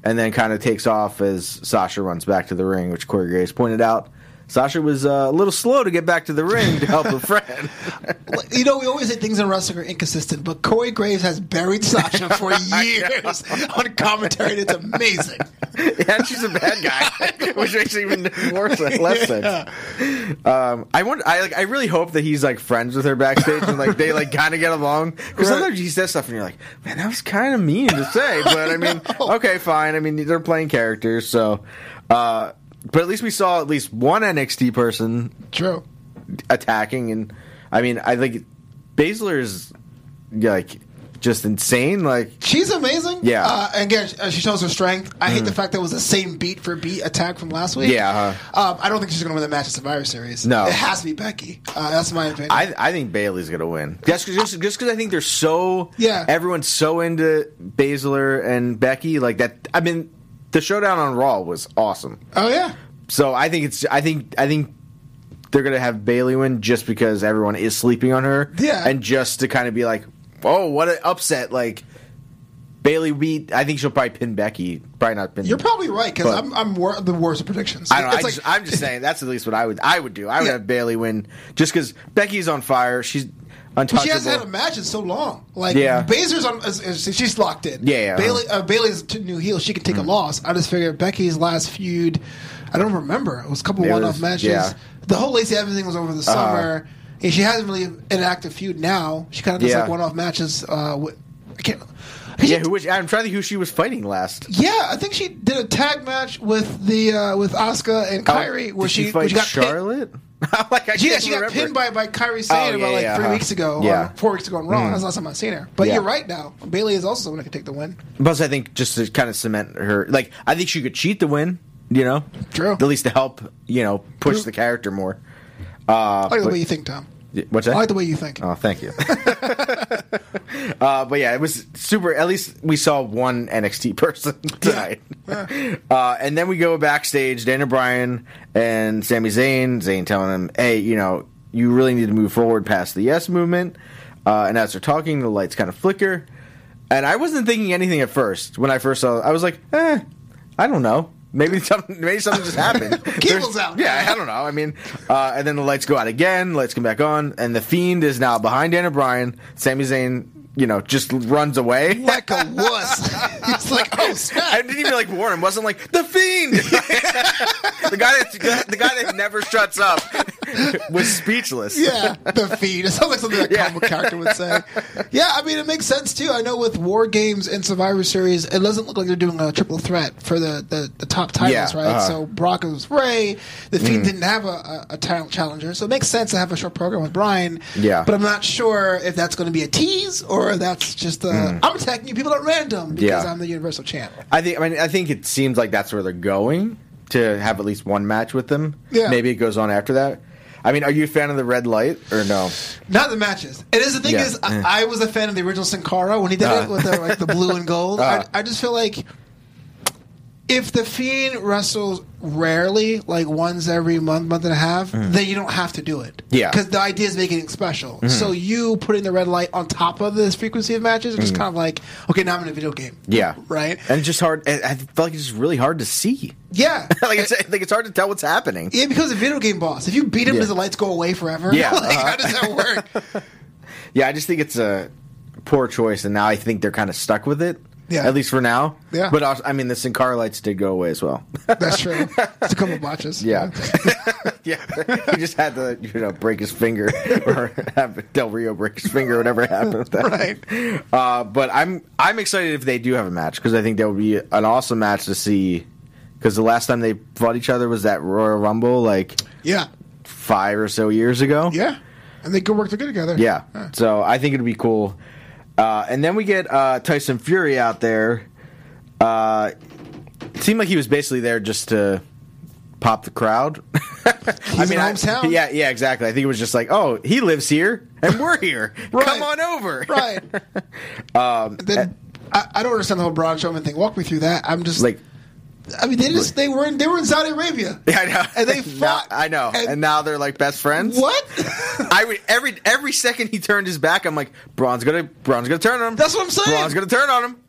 and then kind of takes off as Sasha runs back to the ring, which Corey Graves pointed out. Sasha was uh, a little slow to get back to the ring to help a friend. Like, you know, we always say things in wrestling are inconsistent, but Corey Graves has buried Sasha [LAUGHS] for years on commentary. and It's amazing. [LAUGHS] yeah, she's a bad guy, which makes it even more sense, less sense. Um, I want. I like. I really hope that he's like friends with her backstage and like they like kind of get along. Because sometimes he says stuff and you're like, man, that was kind of mean to say, but I mean, okay, fine. I mean, they're playing characters, so. Uh, but at least we saw at least one NXT person True. attacking, and I mean, I think Baszler is like just insane. Like, She's amazing. Yeah. Mm. Uh, and again, uh, she shows her strength. I hate the fact that it was the same beat for beat attack from last week. Yeah, uh-huh. Um, I don't think she's going to win the match at Survivor Series. No. It has to be Becky. Uh, that's my opinion. I, I think Bailey's gonna win. Just cause, just just 'cause I think they're so Yeah. Everyone's so into Baszler and Becky like that. I mean, the showdown on Raw was awesome. oh, yeah. So I think it's I think I think they're gonna have Bailey win just because everyone is sleeping on her. Yeah. and just to kind of be like, oh, what an upset! Like Bailey beat. I think she'll probably pin Becky. Probably not pin. You're probably right because But- I'm, I'm wor- the worst at predictions. I don't. Know, I It's like- just, I'm just saying that's at least what I would I would do. I would Yeah. have Bailey win just because Becky's on fire. She's untouchable. But she hasn't had a match in so long. Like Yeah. Baszler's on, is- is- she's locked in. Yeah, Mm. yeah. Bailey, uh, Bailey's t- new heel. She can take a loss. I just figured Becky's last feud. I don't remember. It was a couple It one-off was- matches. yeah. Uh-huh. The whole Lacey Evans thing was over the summer, and she hasn't really an active feud now. She kind of does Yeah. like one-off matches. Uh, with, I can't. Yeah, who was, I'm trying to think who she was fighting last. Yeah, I think she did a tag match with the uh, with Asuka and Kyrie, Oh, where did she, where fight she got pinned. Charlotte. [LAUGHS] like I Yeah, can't she got remember. pinned by, by Kyrie Sane Oh, yeah, about like yeah, three huh. weeks ago, Yeah. Mm. or four weeks ago on Raw. That's the last time I've seen her. But Yeah. you're right now. Bailey is also someone who can take the win. Plus, I think just to kind of cement her, like I think she could cheat the win. You know, True. At least to help you know push the character more. Uh, I like the but- way you think, Tom. what's that? I like the way you think. Oh, thank you. [LAUGHS] uh, but yeah, it was super. At least we saw one NXT [LAUGHS] person tonight. Uh, and then we go backstage. Dana Bryan and Sami Zayn. Zayn telling him, "Hey, you know, you really need to move forward past the Yes movement." Uh, and as they're talking, the lights kind of flicker. And I wasn't thinking anything at first when I first saw. it. I was like, "Eh, I don't know." Maybe [LAUGHS] something, maybe something just happened. Cable's There's- out. Yeah, I don't know. I mean, uh, and then the lights go out again. Lights come back on, and the fiend is now behind Dana Bryan. Sami Zayn, you know, just runs away. Like a wuss. [LAUGHS] it's like, oh [LAUGHS] I snap. didn't even like warn him. Wasn't like the fiend. [LAUGHS] the guy that's the guy that never shuts up [LAUGHS] was speechless. [LAUGHS] Yeah, the feed. It sounds like something a comic character would say. Yeah, I mean, it makes sense too. I know with War Games and Survivor Series, it doesn't look like they're doing a triple threat for the, the, the top titles, Yeah, right? uh-huh. Mm. So Brock was Ray. The Fiend didn't have a, a, a talent challenger, so it makes sense to have a short program with Brian. Yeah. but I'm not sure if that's going to be a tease or that's just a, I'm attacking you people at random because Mm. Yeah. I'm the Universal Champ. I think. I mean, I think it seems like that's where they're going to have at least one match with them. Yeah. Maybe it goes on after that. I mean, are you a fan of the red light or no? Not the matches. It is the thing Yeah. is, I, I was a fan of the original Sin Cara when he did Uh. Ah. it with the, like the blue and gold. Uh. I, I just feel like it, if the Fiend wrestles rarely, like once every month, month and a half, then you don't have to do it. Mm. Yeah. Mm-hmm. because the idea is making it special. So you putting the red light on top of this frequency of matches is just kind of like, okay, now I'm in a video game. Mm. Yeah. right. And it's just hard. I I felt like it's just really hard to see. [LAUGHS] Yeah, like it's, I think it's hard to tell what's happening. it becomes a video game boss. If you beat him, Yeah. does the lights go away forever? Yeah, [LAUGHS] like, uh-huh. how does that work? Yeah, I just think it's a poor choice, and now I think they're kind of stuck with it. Yeah. At least for now. Yeah. But also, I mean, the Sin Cara lights did go away as [LAUGHS] well. That's true. It's a couple botches. Yeah. [LAUGHS] yeah. He just had to, you know, break his finger [LAUGHS] or have Del Rio break his finger, whatever happened with that. Right. Uh, but I'm I'm excited if they do have a match because I think that would be an awesome match to see. Because the last time they fought each other was that Royal Rumble, like yeah, five or so years ago. yeah. And they could work together together. Yeah. So I think it'd be cool. Uh, and then we get uh, Tyson Fury out there. Uh, it seemed like he was basically there just to pop the crowd. [LAUGHS] I in hometown. yeah, yeah, exactly. I think it was just like, oh, he lives here and we're here. [LAUGHS] Right. Come on over. right. Um, then I, I don't understand the whole Braun Strowman thing. Walk me through that. I'm [LAUGHS] just eh. Like, [LAUGHS] I mean, they just they were in, they were in Saudi Arabia. yeah, I know. And [LAUGHS] they Now- fought. I know. And, And- now they're like best friends. What? [LAUGHS] I would every every second he turned his back, I'm like, Braun's gonna Braun's gonna turn on him. That's what I'm saying. Braun's gonna turn on him.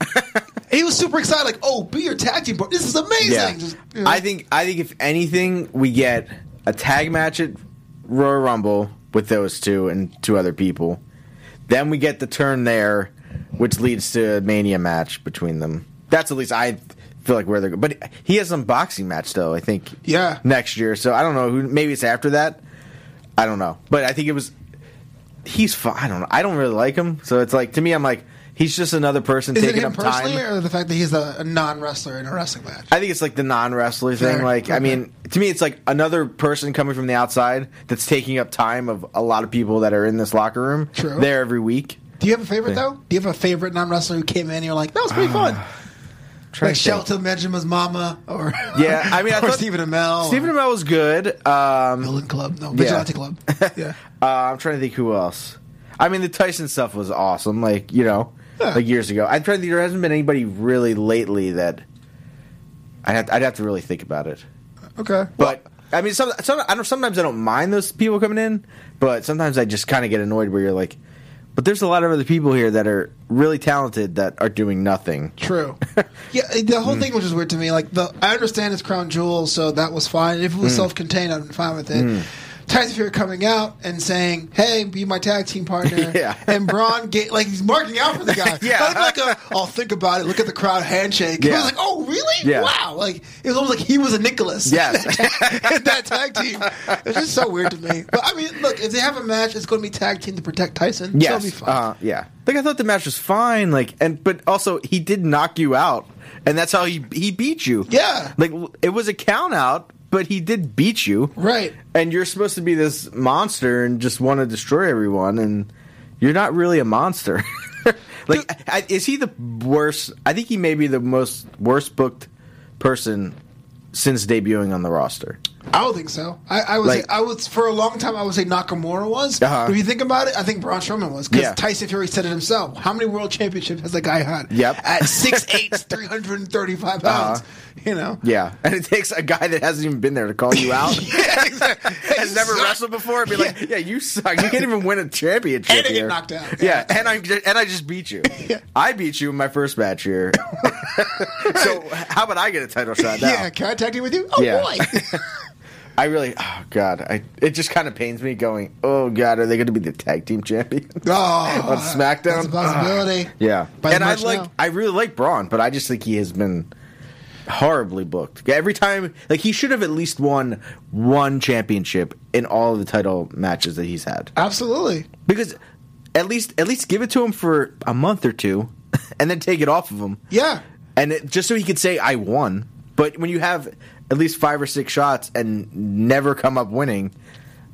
he was super excited, like, "Oh, be your tag team, bro. This is amazing." Just, you know. I think I think if anything, we get a tag match at Royal Rumble with those two and two other people. Then we get the turn there, which leads to a Mania match between them. That's at least I feel like where they're going. But he has some boxing match though. I think Yeah. next year. So I don't know who. Maybe it's after that. I don't know. But I think it was. He's fine. I don't know. I don't really like him. So it's like to me, I'm like he's just another person Is it taking him up personally, time. or the fact that he's a, a non wrestler in a wrestling match? I think it's like the non wrestler thing. Fair. Like, I Okay. mean, to me, it's like another person coming from the outside that's taking up time of a lot of people that are in this locker room. True. There every week. Do you have a favorite though? Do you have a favorite non wrestler who came in? and You're like, that was Ah, pretty fun. Trying Like to think. shout to Benjamin's mama, or Yeah, I [LAUGHS] mean, I or thought- Stephen Amell, Stephen or Amell was good. Um, Villain Club, no Yeah. [LAUGHS] Vigilante Club. Yeah, uh, I'm trying to think who else. I mean, the Tyson stuff was awesome. Like, you know, Yeah. like years ago. I'm trying to think. There hasn't been anybody really lately that I'd have, I'd have to really think about it. okay. But I mean, some, some, I don't, sometimes I don't mind those people coming in, but sometimes I just kind of get annoyed where you're like, but there's a lot of other people here that are really talented that are doing nothing. True. [LAUGHS] yeah, the Hmm. whole thing was just weird to me. Like the I understand it's crown jewel, so that was fine. If it Hmm. was self contained, I'm fine with it. Tyson Fury coming out and saying, "Hey, be my tag team partner," [LAUGHS] Yeah. and Braun get like he's marking out for the guy. [LAUGHS] Yeah. not like a, "I'll think about it." Look at the crowd handshake. [LAUGHS] It Yeah. was like, "Oh, really? Yeah. Wow!" Like it was almost like he was a Nicholas. [LAUGHS] Yes. in that tag team. It's just so weird to me. But I mean, look, if they have a match, it's going to be tag team to protect Tyson. so Yes, it'll be fun. uh, yeah. Like I thought the match was fine. Like, and but also he did knock you out, and that's how he he beat you. Yeah. like it was a count out, but he did beat you. Right. and you're supposed to be this monster and just want to destroy everyone, and you're not really a monster. [LAUGHS] like, I, is he the worst? I think he may be the most worst booked person since debuting on the roster. I don't think so. I, I would Like- say I would for a long time. I would say Nakamura was. Uh-huh. But if you think about it, I think Braun Strowman was because Yeah. Tyson Fury said it himself. How many world championships has the guy had? Yep. Uh-huh. [LAUGHS] At 6'8", 335 pounds. You know. Yeah, [LAUGHS] and it takes a guy that hasn't even been there to call you out. [LAUGHS] Yeah, exactly. Has never wrestled before. And be like, yeah, you suck. You can't even win a championship. And I get here." knocked out. Yeah, and I ju- and I just beat [LAUGHS] you. I beat you in my first match here. [LAUGHS] so how about I get a title shot now? Yeah, can I tag team with you? Oh Yeah. [LAUGHS] boy! [LAUGHS] I really, oh god, I it just kind of pains me going, oh god, are they going to be the tag team champion [LAUGHS] Oh, on SmackDown? That's a possibility. Ah. [SIGHS] yeah, By and I March like, now. I really like Braun, but I just think he has been horribly booked. Every time, like he should have at least won one championship in all of the title matches that he's had, Absolutely. because at least at least give it to him for a month or two, [LAUGHS] and then take it off of him Yeah. and it, just so he could say I won. But when you have at least five or six shots and never come up winning,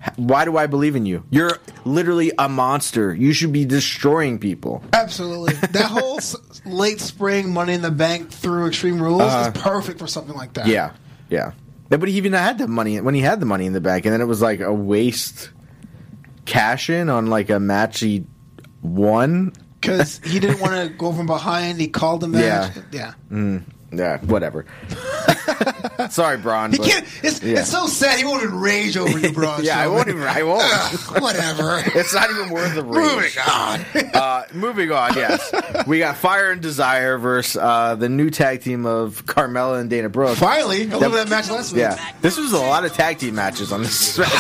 h- why do I believe in you? You're literally a monster. You should be destroying people. Absolutely. That whole s- late spring Money in the Bank through Extreme Rules is perfect for something like that. Uh-huh. Yeah, yeah. Yeah, But he even had the money when he had the money in the bank, and then it was like a waste cash in on like a match he won. [LAUGHS] Because he didn't want to go from behind. He called the match. Yeah. Yeah, whatever. [LAUGHS] Sorry, Braun. He but- can't. It's, yeah. it's so sad. He won't even rage over [LAUGHS] you, Braun. yeah, I won't Strowman. even. I won't. [LAUGHS] Ugh, whatever. [LAUGHS] it's not even worth the [LAUGHS] Moving rage. on. [LAUGHS] Uh, moving on, yes. we got Fire and Desire versus uh, the new tag team of Carmella and Dana Brooke. Finally, I love that match last week. [LAUGHS] Yeah, this was a lot of tag team matches on this. [LAUGHS]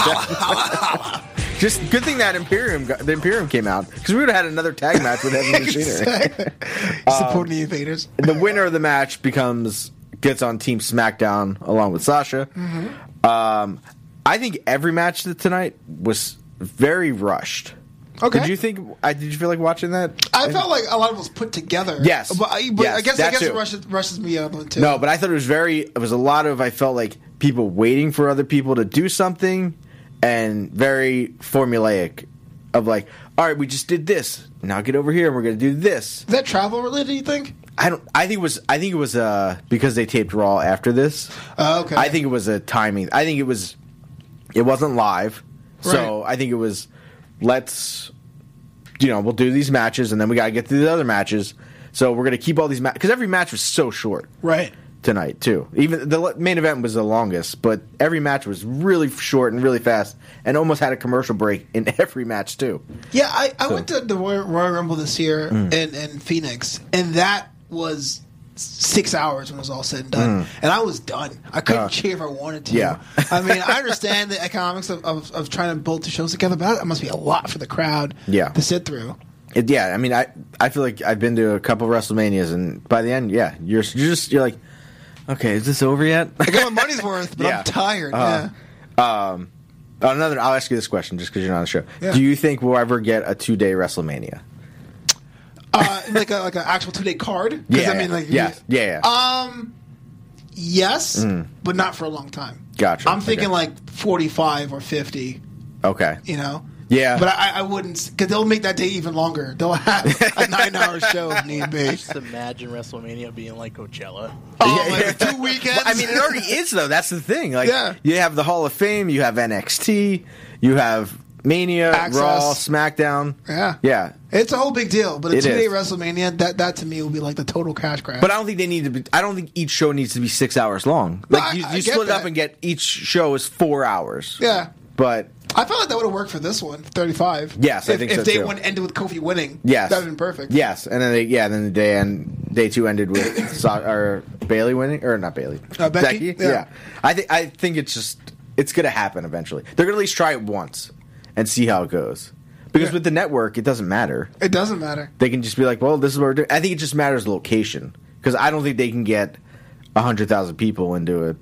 Just good thing that Imperium, got, the Imperium came out because we would have had another tag match with Heavy Machinery. Exactly. [LAUGHS] Um, Supporting the invaders. the winner of the match becomes gets on Team SmackDown along with Sasha. Um, I think every match that tonight was very rushed. Okay. Did you think? I did you feel like watching that? I felt like a lot of it was put together. Yes. but I, but Yes, I guess that I guess too. it rushes, rushes me out on too. No, but I thought it was very. It was a lot of. I felt like people waiting for other people to do something, and very formulaic, of like, all right, we just did this. Now get over here, and we're going to do this. is that travel related? You think? I don't. I think it was. I think it was uh, because they taped Raw after this. Oh, okay. I think it was a timing. I think it was. It wasn't live, so Right. I think it was. Let's, you know, we'll do these matches, and then we got to get through the other matches. So we're gonna keep all these matches because every match was so short Right. tonight too. Even the le- main event was the longest, but every match was really short and really fast, and almost had a commercial break in [LAUGHS] every match too. Yeah, I, I went to the Royal, Royal Rumble this year Mm. in, in Phoenix, and that was six hours when it was all said and done. And I was done. I couldn't cheer if I wanted to. Mm. yeah. I mean, I understand the [LAUGHS] economics of, of, of trying to bolt the shows together, but that must be a lot for the crowd Yeah. to sit through. It, yeah, I mean, I I feel like I've been to a couple WrestleManias, and by the end, yeah, you're, s- you're just you're like, okay, is this over yet? [LAUGHS] I got my money's worth, but Yeah. I'm tired. Uh-huh. Yeah. Another, I'll ask you this question just because you're not on the show. Yeah. Do you think we'll ever get a two day WrestleMania? Uh, like a, like an actual two day card. 'Cause, I mean, like yeah, you- Uh, yeah, yeah. yes, but not for a long time. Gotcha. I'm thinking Okay. like 45 or 50. okay, you know. Yeah. but I, I wouldn't because they'll make that day even longer. They'll have [LAUGHS] a nine-hour show if need be. Just imagine WrestleMania being like Coachella. Oh, like two weekends. Well, I mean, it [LAUGHS] already is though. That's the thing. Like, Yeah. you have the Hall of Fame, you have NXT, you have Mania, Access. Raw, SmackDown. Yeah. yeah. it's a whole big deal. But a It two-day is. WrestleMania, that that to me will be like the total cash grab. But I don't think they need to be. I don't think each show needs to be six hours long. No, Like you, I- I you get split it up that. and get each show is four hours. yeah, but I felt like that would have worked for this one, thirty-five. Yes, if, I think if so, day too. one ended with Kofi winning, yes, that'd have been perfect. Yes, and then they, yeah, then the day end, day two ended [COUGHS] with so- or Bailey winning or not Bailey, Uh, Becky? Yeah, Yeah. I think I think it's just it's gonna happen eventually. They're gonna at least try it once and see how it goes. Because Yeah. with the network, it doesn't matter. it doesn't matter. they can just be like, well, this is what we're doing. I think it just matters location because I don't think they can get hundred thousand people into a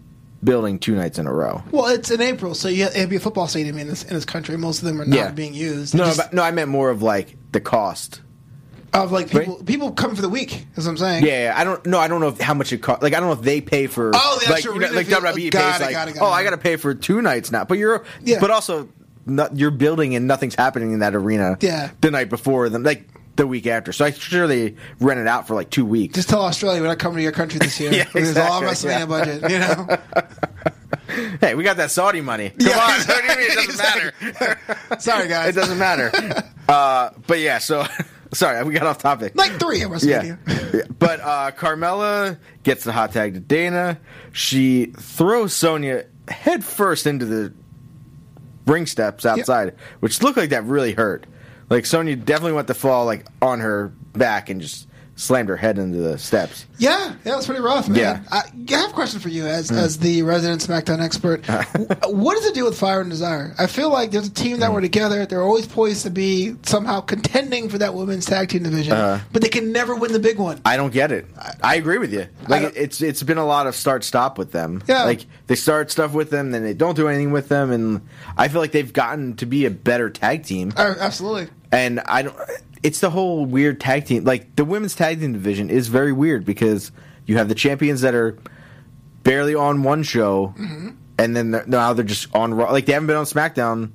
building two nights in a row. Well, it's in April, so you, it'd be a football stadium in this in this country. Most of them are not Yeah. being used. No, Just but, no, I meant more of like the cost. of like people people come for the week. Is what I'm saying. Yeah, yeah, I don't know. I don't know if, how much it cost. Like, I don't know if they pay for. Oh, the like, actual you know, arena like fee- WWE got pays it, like, got it, got oh, it. I got to pay for two nights now. But you're, Yeah. but also, not, you're building and nothing's happening in that arena. Yeah. the night before them, like the week after. So I'm sure they rent it out for like two weeks. Just tell Australia we're not coming to your country this year. [LAUGHS] Yeah, yeah, It's all exactly, WrestleMania yeah. budget, you know. [LAUGHS] hey, we got that Saudi money. Come Yeah, on, what do you mean? [LAUGHS] it doesn't matter. Sorry, guys. It doesn't matter. [LAUGHS] uh, but yeah, so [LAUGHS] sorry, we got off topic. like three at yeah. WrestleMania. [LAUGHS] Yeah. But uh, Carmella gets the hot tag to Dana. She throws Sonya headfirst into the ring steps outside, which looked like that really hurt. Like Sonya definitely went to fall like on her back and just slammed her head into the steps. [LAUGHS] Yeah, yeah, it's pretty rough, man. Yeah. Hmm. I, I have a question for you as as the resident [LAUGHS] SmackDown expert. W- what does it do with Fire and Desire? I feel like there's a team Hmm. that were together. They're always poised to be somehow contending for that women's tag team division, Uh-huh. but they can never win the big one. I don't get it. I agree with you. Like don't- it's it's been a lot of start stop with them. Yeah. Like they start stuff with them, then they don't do anything with them, and I feel like they've gotten to be a better tag team. Uh, absolutely. And I don't. It's the whole weird tag team. Like the women's tag team division is very weird because you have the champions that are barely on one show, Mm-hmm. and then they're, now they're just on Raw. Like they haven't been on SmackDown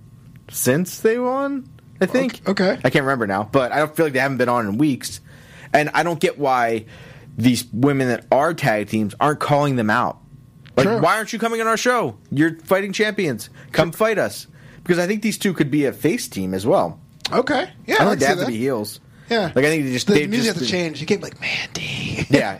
since they won. I think. Okay. I can't remember now, but I don't feel like they haven't been on in weeks, and I don't get why these women that are tag teams aren't calling them out. Like, Sure. why aren't you coming on our show? You're fighting champions. Come fight us. Because I think these two could be a face team as well. Okay. Yeah, I don't I can think they see have that. to be heels. Yeah. Like I think they just The they music just has to change. You can't be like Mandy. [LAUGHS] [LAUGHS] Yeah.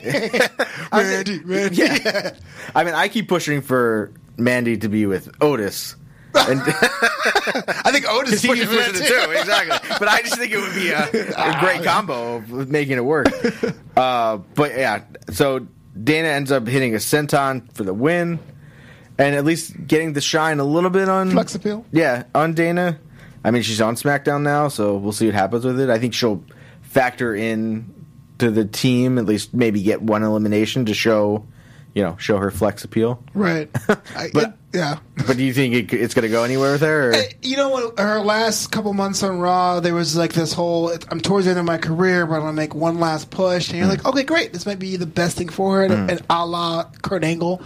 I mean, Randy, Randy. [LAUGHS] Yeah. I mean, I keep pushing for Mandy to be with Otis. [LAUGHS] And [LAUGHS] I think Otis he pushing Ah. keeps pushing that it too, exactly. [LAUGHS] But I just think it would be a, [LAUGHS] a great combo of making it work. Uh, but yeah, so Dana ends up hitting a senton for the win, and at least getting the shine a little bit on Flex appeal. Yeah, on Dana. I mean, she's on SmackDown now, so we'll see what happens with it. I think she'll factor in to the team at least, maybe get one elimination to show, you know, show her flex appeal. [LAUGHS] Right. I, But- yeah. But do you think it, it's going to go anywhere with her? Or? Hey, You know, when her last couple months on Raw, there was like this whole "I'm towards the end of my career, but I'm gonna make one last push." And you're like, "Okay, great, this might be the best thing for her," and, and a la Kurt Angle.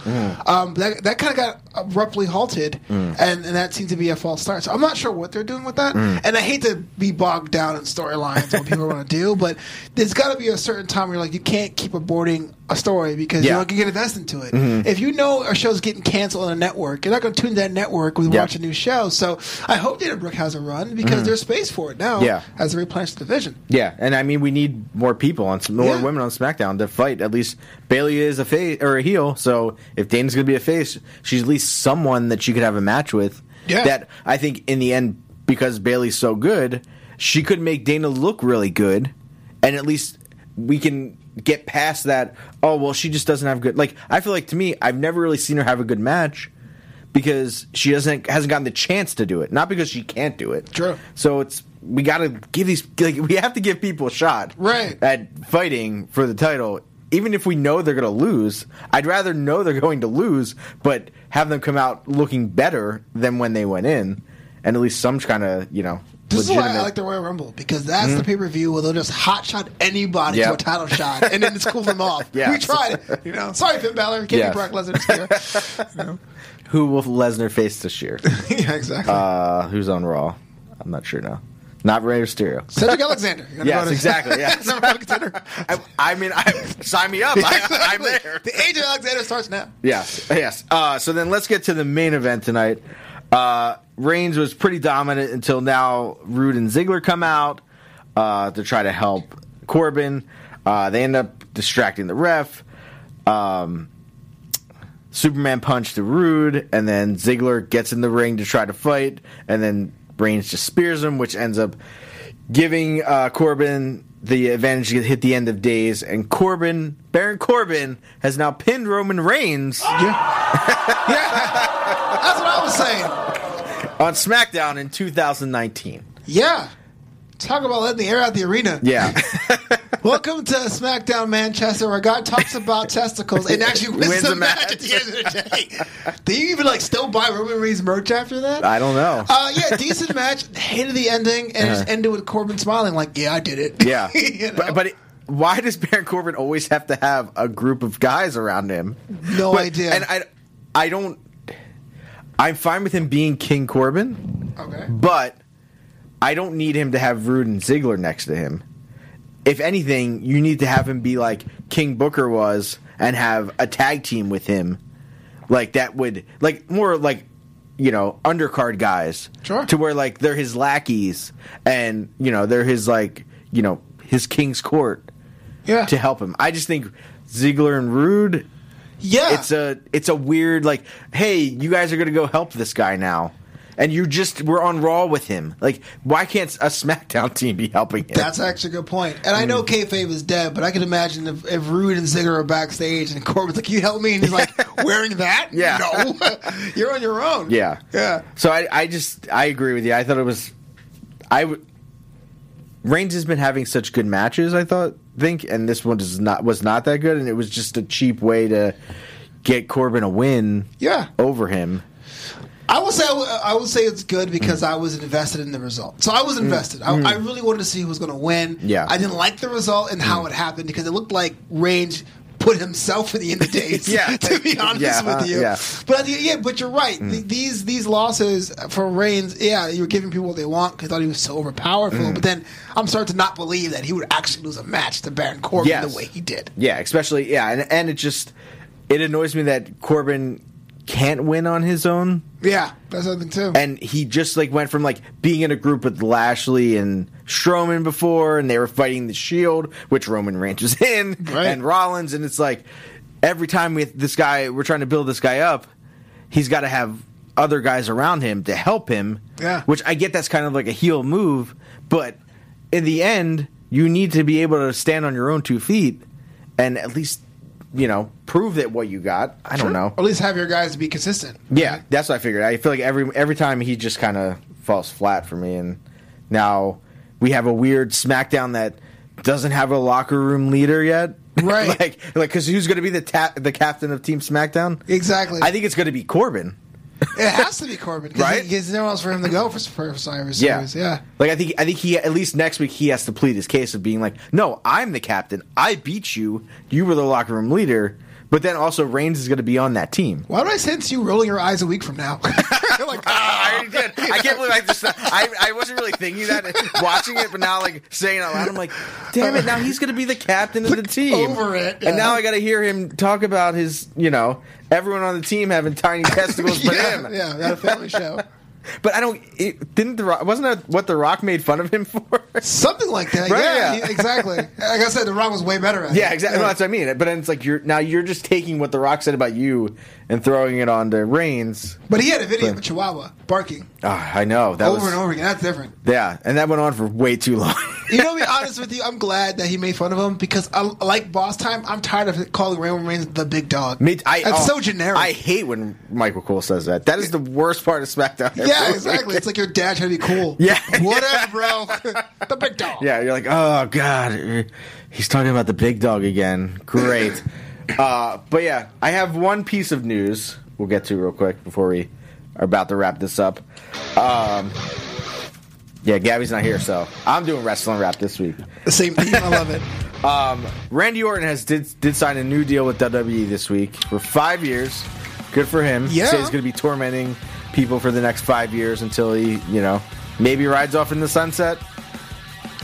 Um, that that kind of got abruptly halted, and, and that seemed to be a false start. So I'm not sure what they're doing with that. And I hate to be bogged down in storylines and what people want to do, but there's got to be a certain time where you're like you can't keep aborting a story because Yeah. you know, you get invested into it. If you know a show's getting canceled on a network, you're not going to tune to that network with Yeah. Mm. watch a new show. So I hope Dana Brooke has a run because there's space for it now Yeah. as they replenish the division. Yeah, and I mean we need more people on more Yeah. women on SmackDown to fight. At least Bailey is a face or a heel, so if Dana's going to be a face, she's at least someone that she could have a match with. Yeah. That I think in the end, because Bailey's so good, she could make Dana look really good, and at least we can get past that. Oh well, she just doesn't have good. Like I feel like to me, I've never really seen her have a good match because she doesn't hasn't gotten the chance to do it. Not because she can't do it. True. So it's we got to give these like we have to give people a shot Right. at fighting for the title. Even if we know they're going to lose, I'd rather know they're going to lose, but have them come out looking better than when they went in, and at least some kind of you know This legitimate. Mm-hmm. is why I like the Royal Rumble because that's the pay per view where they'll just hot shot anybody Yeah. to a title shot and then just cool them off. [LAUGHS] Yeah. We tried it. You know, sorry Finn Balor, can't Yes. be Brock Lesnar this year. You know? Who will Lesnar face this [LAUGHS] year? [LAUGHS] yeah, exactly. uh, who's on Raw? I'm not sure now. Not Rey Mysterio. Cedric Alexander. You're gonna Yes, go to- exactly. [LAUGHS] Yeah. He's not a fucking contender. I, I mean, I, sign me up. I, [LAUGHS] I'm Exactly. there. [LAUGHS] The age of Alexander starts now. Yes, yes. Uh, so then let's get to the main event tonight. Uh, Reigns was pretty dominant until now. Rude and Ziggler come out uh, to try to help Corbin. Uh, they end up distracting the ref. Um, Superman punch to Rude, and then Ziggler gets in the ring to try to fight, and then Reigns just spears him, which ends up giving uh, Corbin the advantage to hit the end of days. And Corbin, Baron Corbin, has now pinned Roman Reigns That's what I was saying. on SmackDown in 2019. Yeah. Talk about letting the air out the arena. [LAUGHS] Yeah. Welcome to SmackDown Manchester, where God talks about testicles and actually wins, Wins the a match. match. at the end of the day. Do you even like still buy Roman Reigns merch after that? I don't know. Uh-huh. Uh, yeah, decent match. Hated the ending and it just ended with Corbin smiling like, "Yeah, I did it." yeah. [LAUGHS] You know? But, but it, why does Baron Corbin always have to have a group of guys around him? No But- idea. And I, I don't. I'm fine with him being King Corbin. okay. But I don't need him to have Rude and Ziggler next to him. If anything, you need to have him be like King Booker was and have a tag team with him. Like that would like more like you know, undercard guys. Sure. To where like they're his lackeys and you know, they're his like you know, his king's court Yeah. to help him. I just think Ziggler and Rude [LAUGHS] yeah. it's a it's a weird like hey you guys are gonna go help this guy now and you just we're on raw with him like why can't a smackdown [LAUGHS] team be helping him That's actually a good point. And I Mm. know kayfabe is dead, but I can imagine if, if Rude and Ziggler are backstage and Corbin's like, "You help me," and [LAUGHS] he's like, "Wearing that? Yeah. no, [LAUGHS] you're on your own." yeah yeah. so I, I just i agree with you i thought it was i w- reigns has been having such good matches i thought think and this one is not was not that good and it was just a cheap way to get corbin a win Yeah. over him I will say I will- I will say it's good because I was invested in the result. So I was invested. I, I really wanted to see who was going to win. Mm. Yeah. Mm. I didn't like the result and how it happened because it looked like Range put himself in the end of [LAUGHS] days. Yeah. [LAUGHS] to be honest Yeah, with uh, you. yeah. Mm. But I think- yeah, but you're right. Th- These these losses for Reigns, yeah, you're giving people what they want because I thought he was so overpowerful. Mm. But then I'm starting to not believe that he would actually lose a match to Baron Corbin Yes. the way he did. Yeah, especially yeah, and and it just it annoys me that Corbin can't win on his own. Yeah, that's something too. and he just like went from like being in a group with Lashley and Strowman before, and they were fighting the Shield, which Roman Reigns was [LAUGHS] in, Right. and Rollins, and it's like every time we this guy we're trying to build this guy up, he's got to have other guys around him to help him. Yeah. which I get that's kind of like a heel move, but in the end, you need to be able to stand on your own two feet and at least you know prove that what you got. I don't know. Or at least have your guys be consistent. Yeah, that's what I figured. I feel like every every time he just kind of falls flat for me, and now we have a weird SmackDown that doesn't have a locker room leader yet. [LAUGHS] Right. like, like, because who's going to be the ta- the captain of Team SmackDown? Exactly. I think it's going to be Corbin. it has to be Corbin, cause Right? Because nowhere else for him to go for, for Cyrus. Yeah, Series. yeah. Like, I think I think he at least next week he has to plead his case of being like, no, I'm the captain. I beat you. You were the locker room leader. But then also Reigns is going to be on that team. Why do I sense you rolling your eyes a week from now? [LAUGHS] like, Ah, "Ah." I already did. I [LAUGHS] can't believe I just. I, I wasn't really thinking that watching it, but now like saying it out loud, I'm like, damn it! Now he's gonna be the captain of the team. over it, yeah. And now I got to hear him talk about his, you know, everyone on the team having tiny testicles, but [LAUGHS] yeah, him. yeah, that family show. But I don't. It, didn't the Rock, wasn't that what the Rock made fun of him [LAUGHS] for? Something like that. Right, yeah, yeah. he- exactly. Like I said, The Rock was way better at it. yeah, exactly. No, that's what I mean. But then it's like you're now you're just taking what the Rock said about you and throwing it on to Reigns. But he had a video of a chihuahua barking Ah, I know that over was and over again. That's different. yeah, and that went on for way too long. [LAUGHS] You know, to be honest with you, I'm glad that he made fun of him because, I, like Boss Time, I'm tired of calling Roman Reigns the big dog. Me, t- I, That's oh, so generic. I hate when Michael Cole says that. That is the worst part of SmackDown. yeah, exactly. [LAUGHS] It's like your dad trying to be cool. Yeah. Whatever, [LAUGHS] bro. the big dog. yeah, you're like, oh god, he's talking about the big dog again. [LAUGHS] Great. uh, but yeah, I have one piece of news we'll get to real quick before we are about to wrap this up. Um, yeah, Gabby's not here, so I'm doing wrestling rap this week. The same theme. I love it. Randy Orton has did did sign a new deal with WWE this week for five years. Good for him. Yeah. Say he's going to be tormenting people for the next five years until he, you know, maybe rides off in the sunset.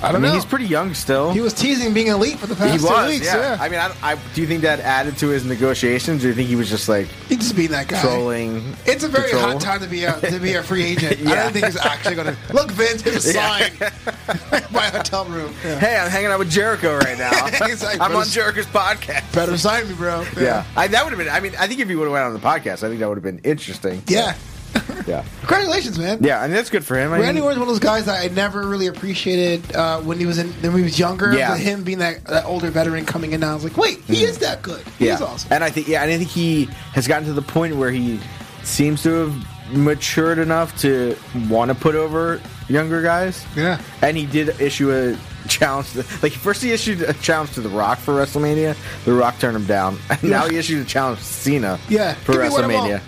I don't mean, know. he's pretty young still. he was teasing being elite for the He past two was, weeks. yeah. Yeah. I mean, I, don't- I, do you think that added to his negotiations? Do you think he was just like He'd just be that guy. trolling? It's a very control? hot time to be a to be [LAUGHS] a free agent. I Yeah. don't think he's actually going to look. Vince here's a sign [LAUGHS] [LAUGHS] by a hotel room. Yeah. Hey, I'm hanging out with Jericho right now. [LAUGHS] He's like, [LAUGHS] I'm bro, on Jericho's podcast. Better sign me, bro. Yeah, I, that would have been. I mean, I think if he would have went on the podcast, I think that would have been interesting. yeah. yeah, Congratulations, man. yeah. And that's good for him. I Randy mean- Orton's one of those guys that I never really appreciated uh, when he was in when he was younger. Yeah. Mm. But him being that, that older veteran coming in now, I was like, wait, he is that good. He yeah. is awesome. And I think yeah, and I think he has gotten to the point where he seems to have matured enough to want to put over younger guys. Yeah. And he did issue a challenge to, like first he issued a challenge to The Rock for WrestleMania. The Rock turned him down. [LAUGHS] And now he issued a challenge to Cena Yeah. for Give me what I WrestleMania.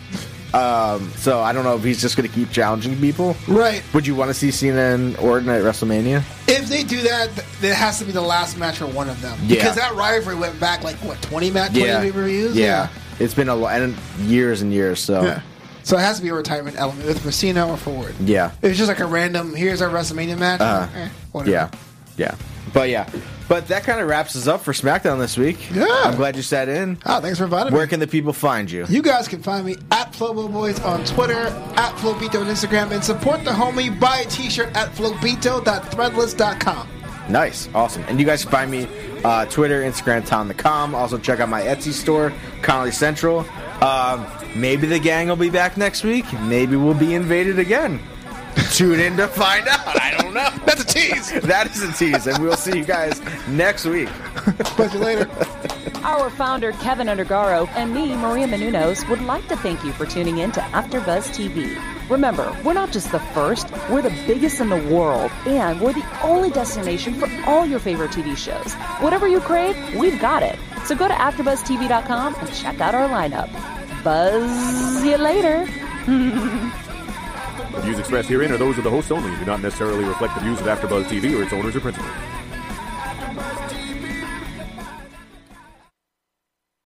Um, so I don't know if he's just going to keep challenging people. Right. Would you want to see Cena and Orton at WrestleMania? If they do that, th- it has to be the last match for one of them. Yeah. Because that rivalry went back like what twenty match, twenty pay per views. Yeah. It's been a lo- and years and years. So Yeah. So it has to be a retirement element, either for Cena or for Orton. Yeah. If it's just like a random, here's our WrestleMania match. Uh, eh, whatever. Yeah, yeah, but yeah, but that kind of wraps us up for SmackDown this week. Yeah. I'm glad you sat in. Oh, thanks for inviting Where me. can the people find you? You guys can find me at Flobo Boys on Twitter, at Flobito on Instagram, and support the homie. Buy a t-shirt at flobito.threadless.com. Nice, awesome, and you guys can find me uh, Twitter, Instagram, Tom the Com. Also check out my Etsy store, Connolly Central. Um, maybe the gang will be back next week. Maybe we'll be invaded again. Tune in to find out. I don't know. That's a tease. That is a tease, and we'll see you guys next week. Catch you later. Our founder, Kevin Undergaro, and me, Maria Menounos, would like to thank you for tuning in to AfterBuzz TV. Remember, we're not just the first, we're the biggest in the world, and we're the only destination for all your favorite TV shows. Whatever you crave, we've got it. So go to AfterBuzzTV.com and check out our lineup. Buzz you later. The views expressed herein are those of the hosts only and do not necessarily reflect the views of AfterBuzz TV or its owners or principals.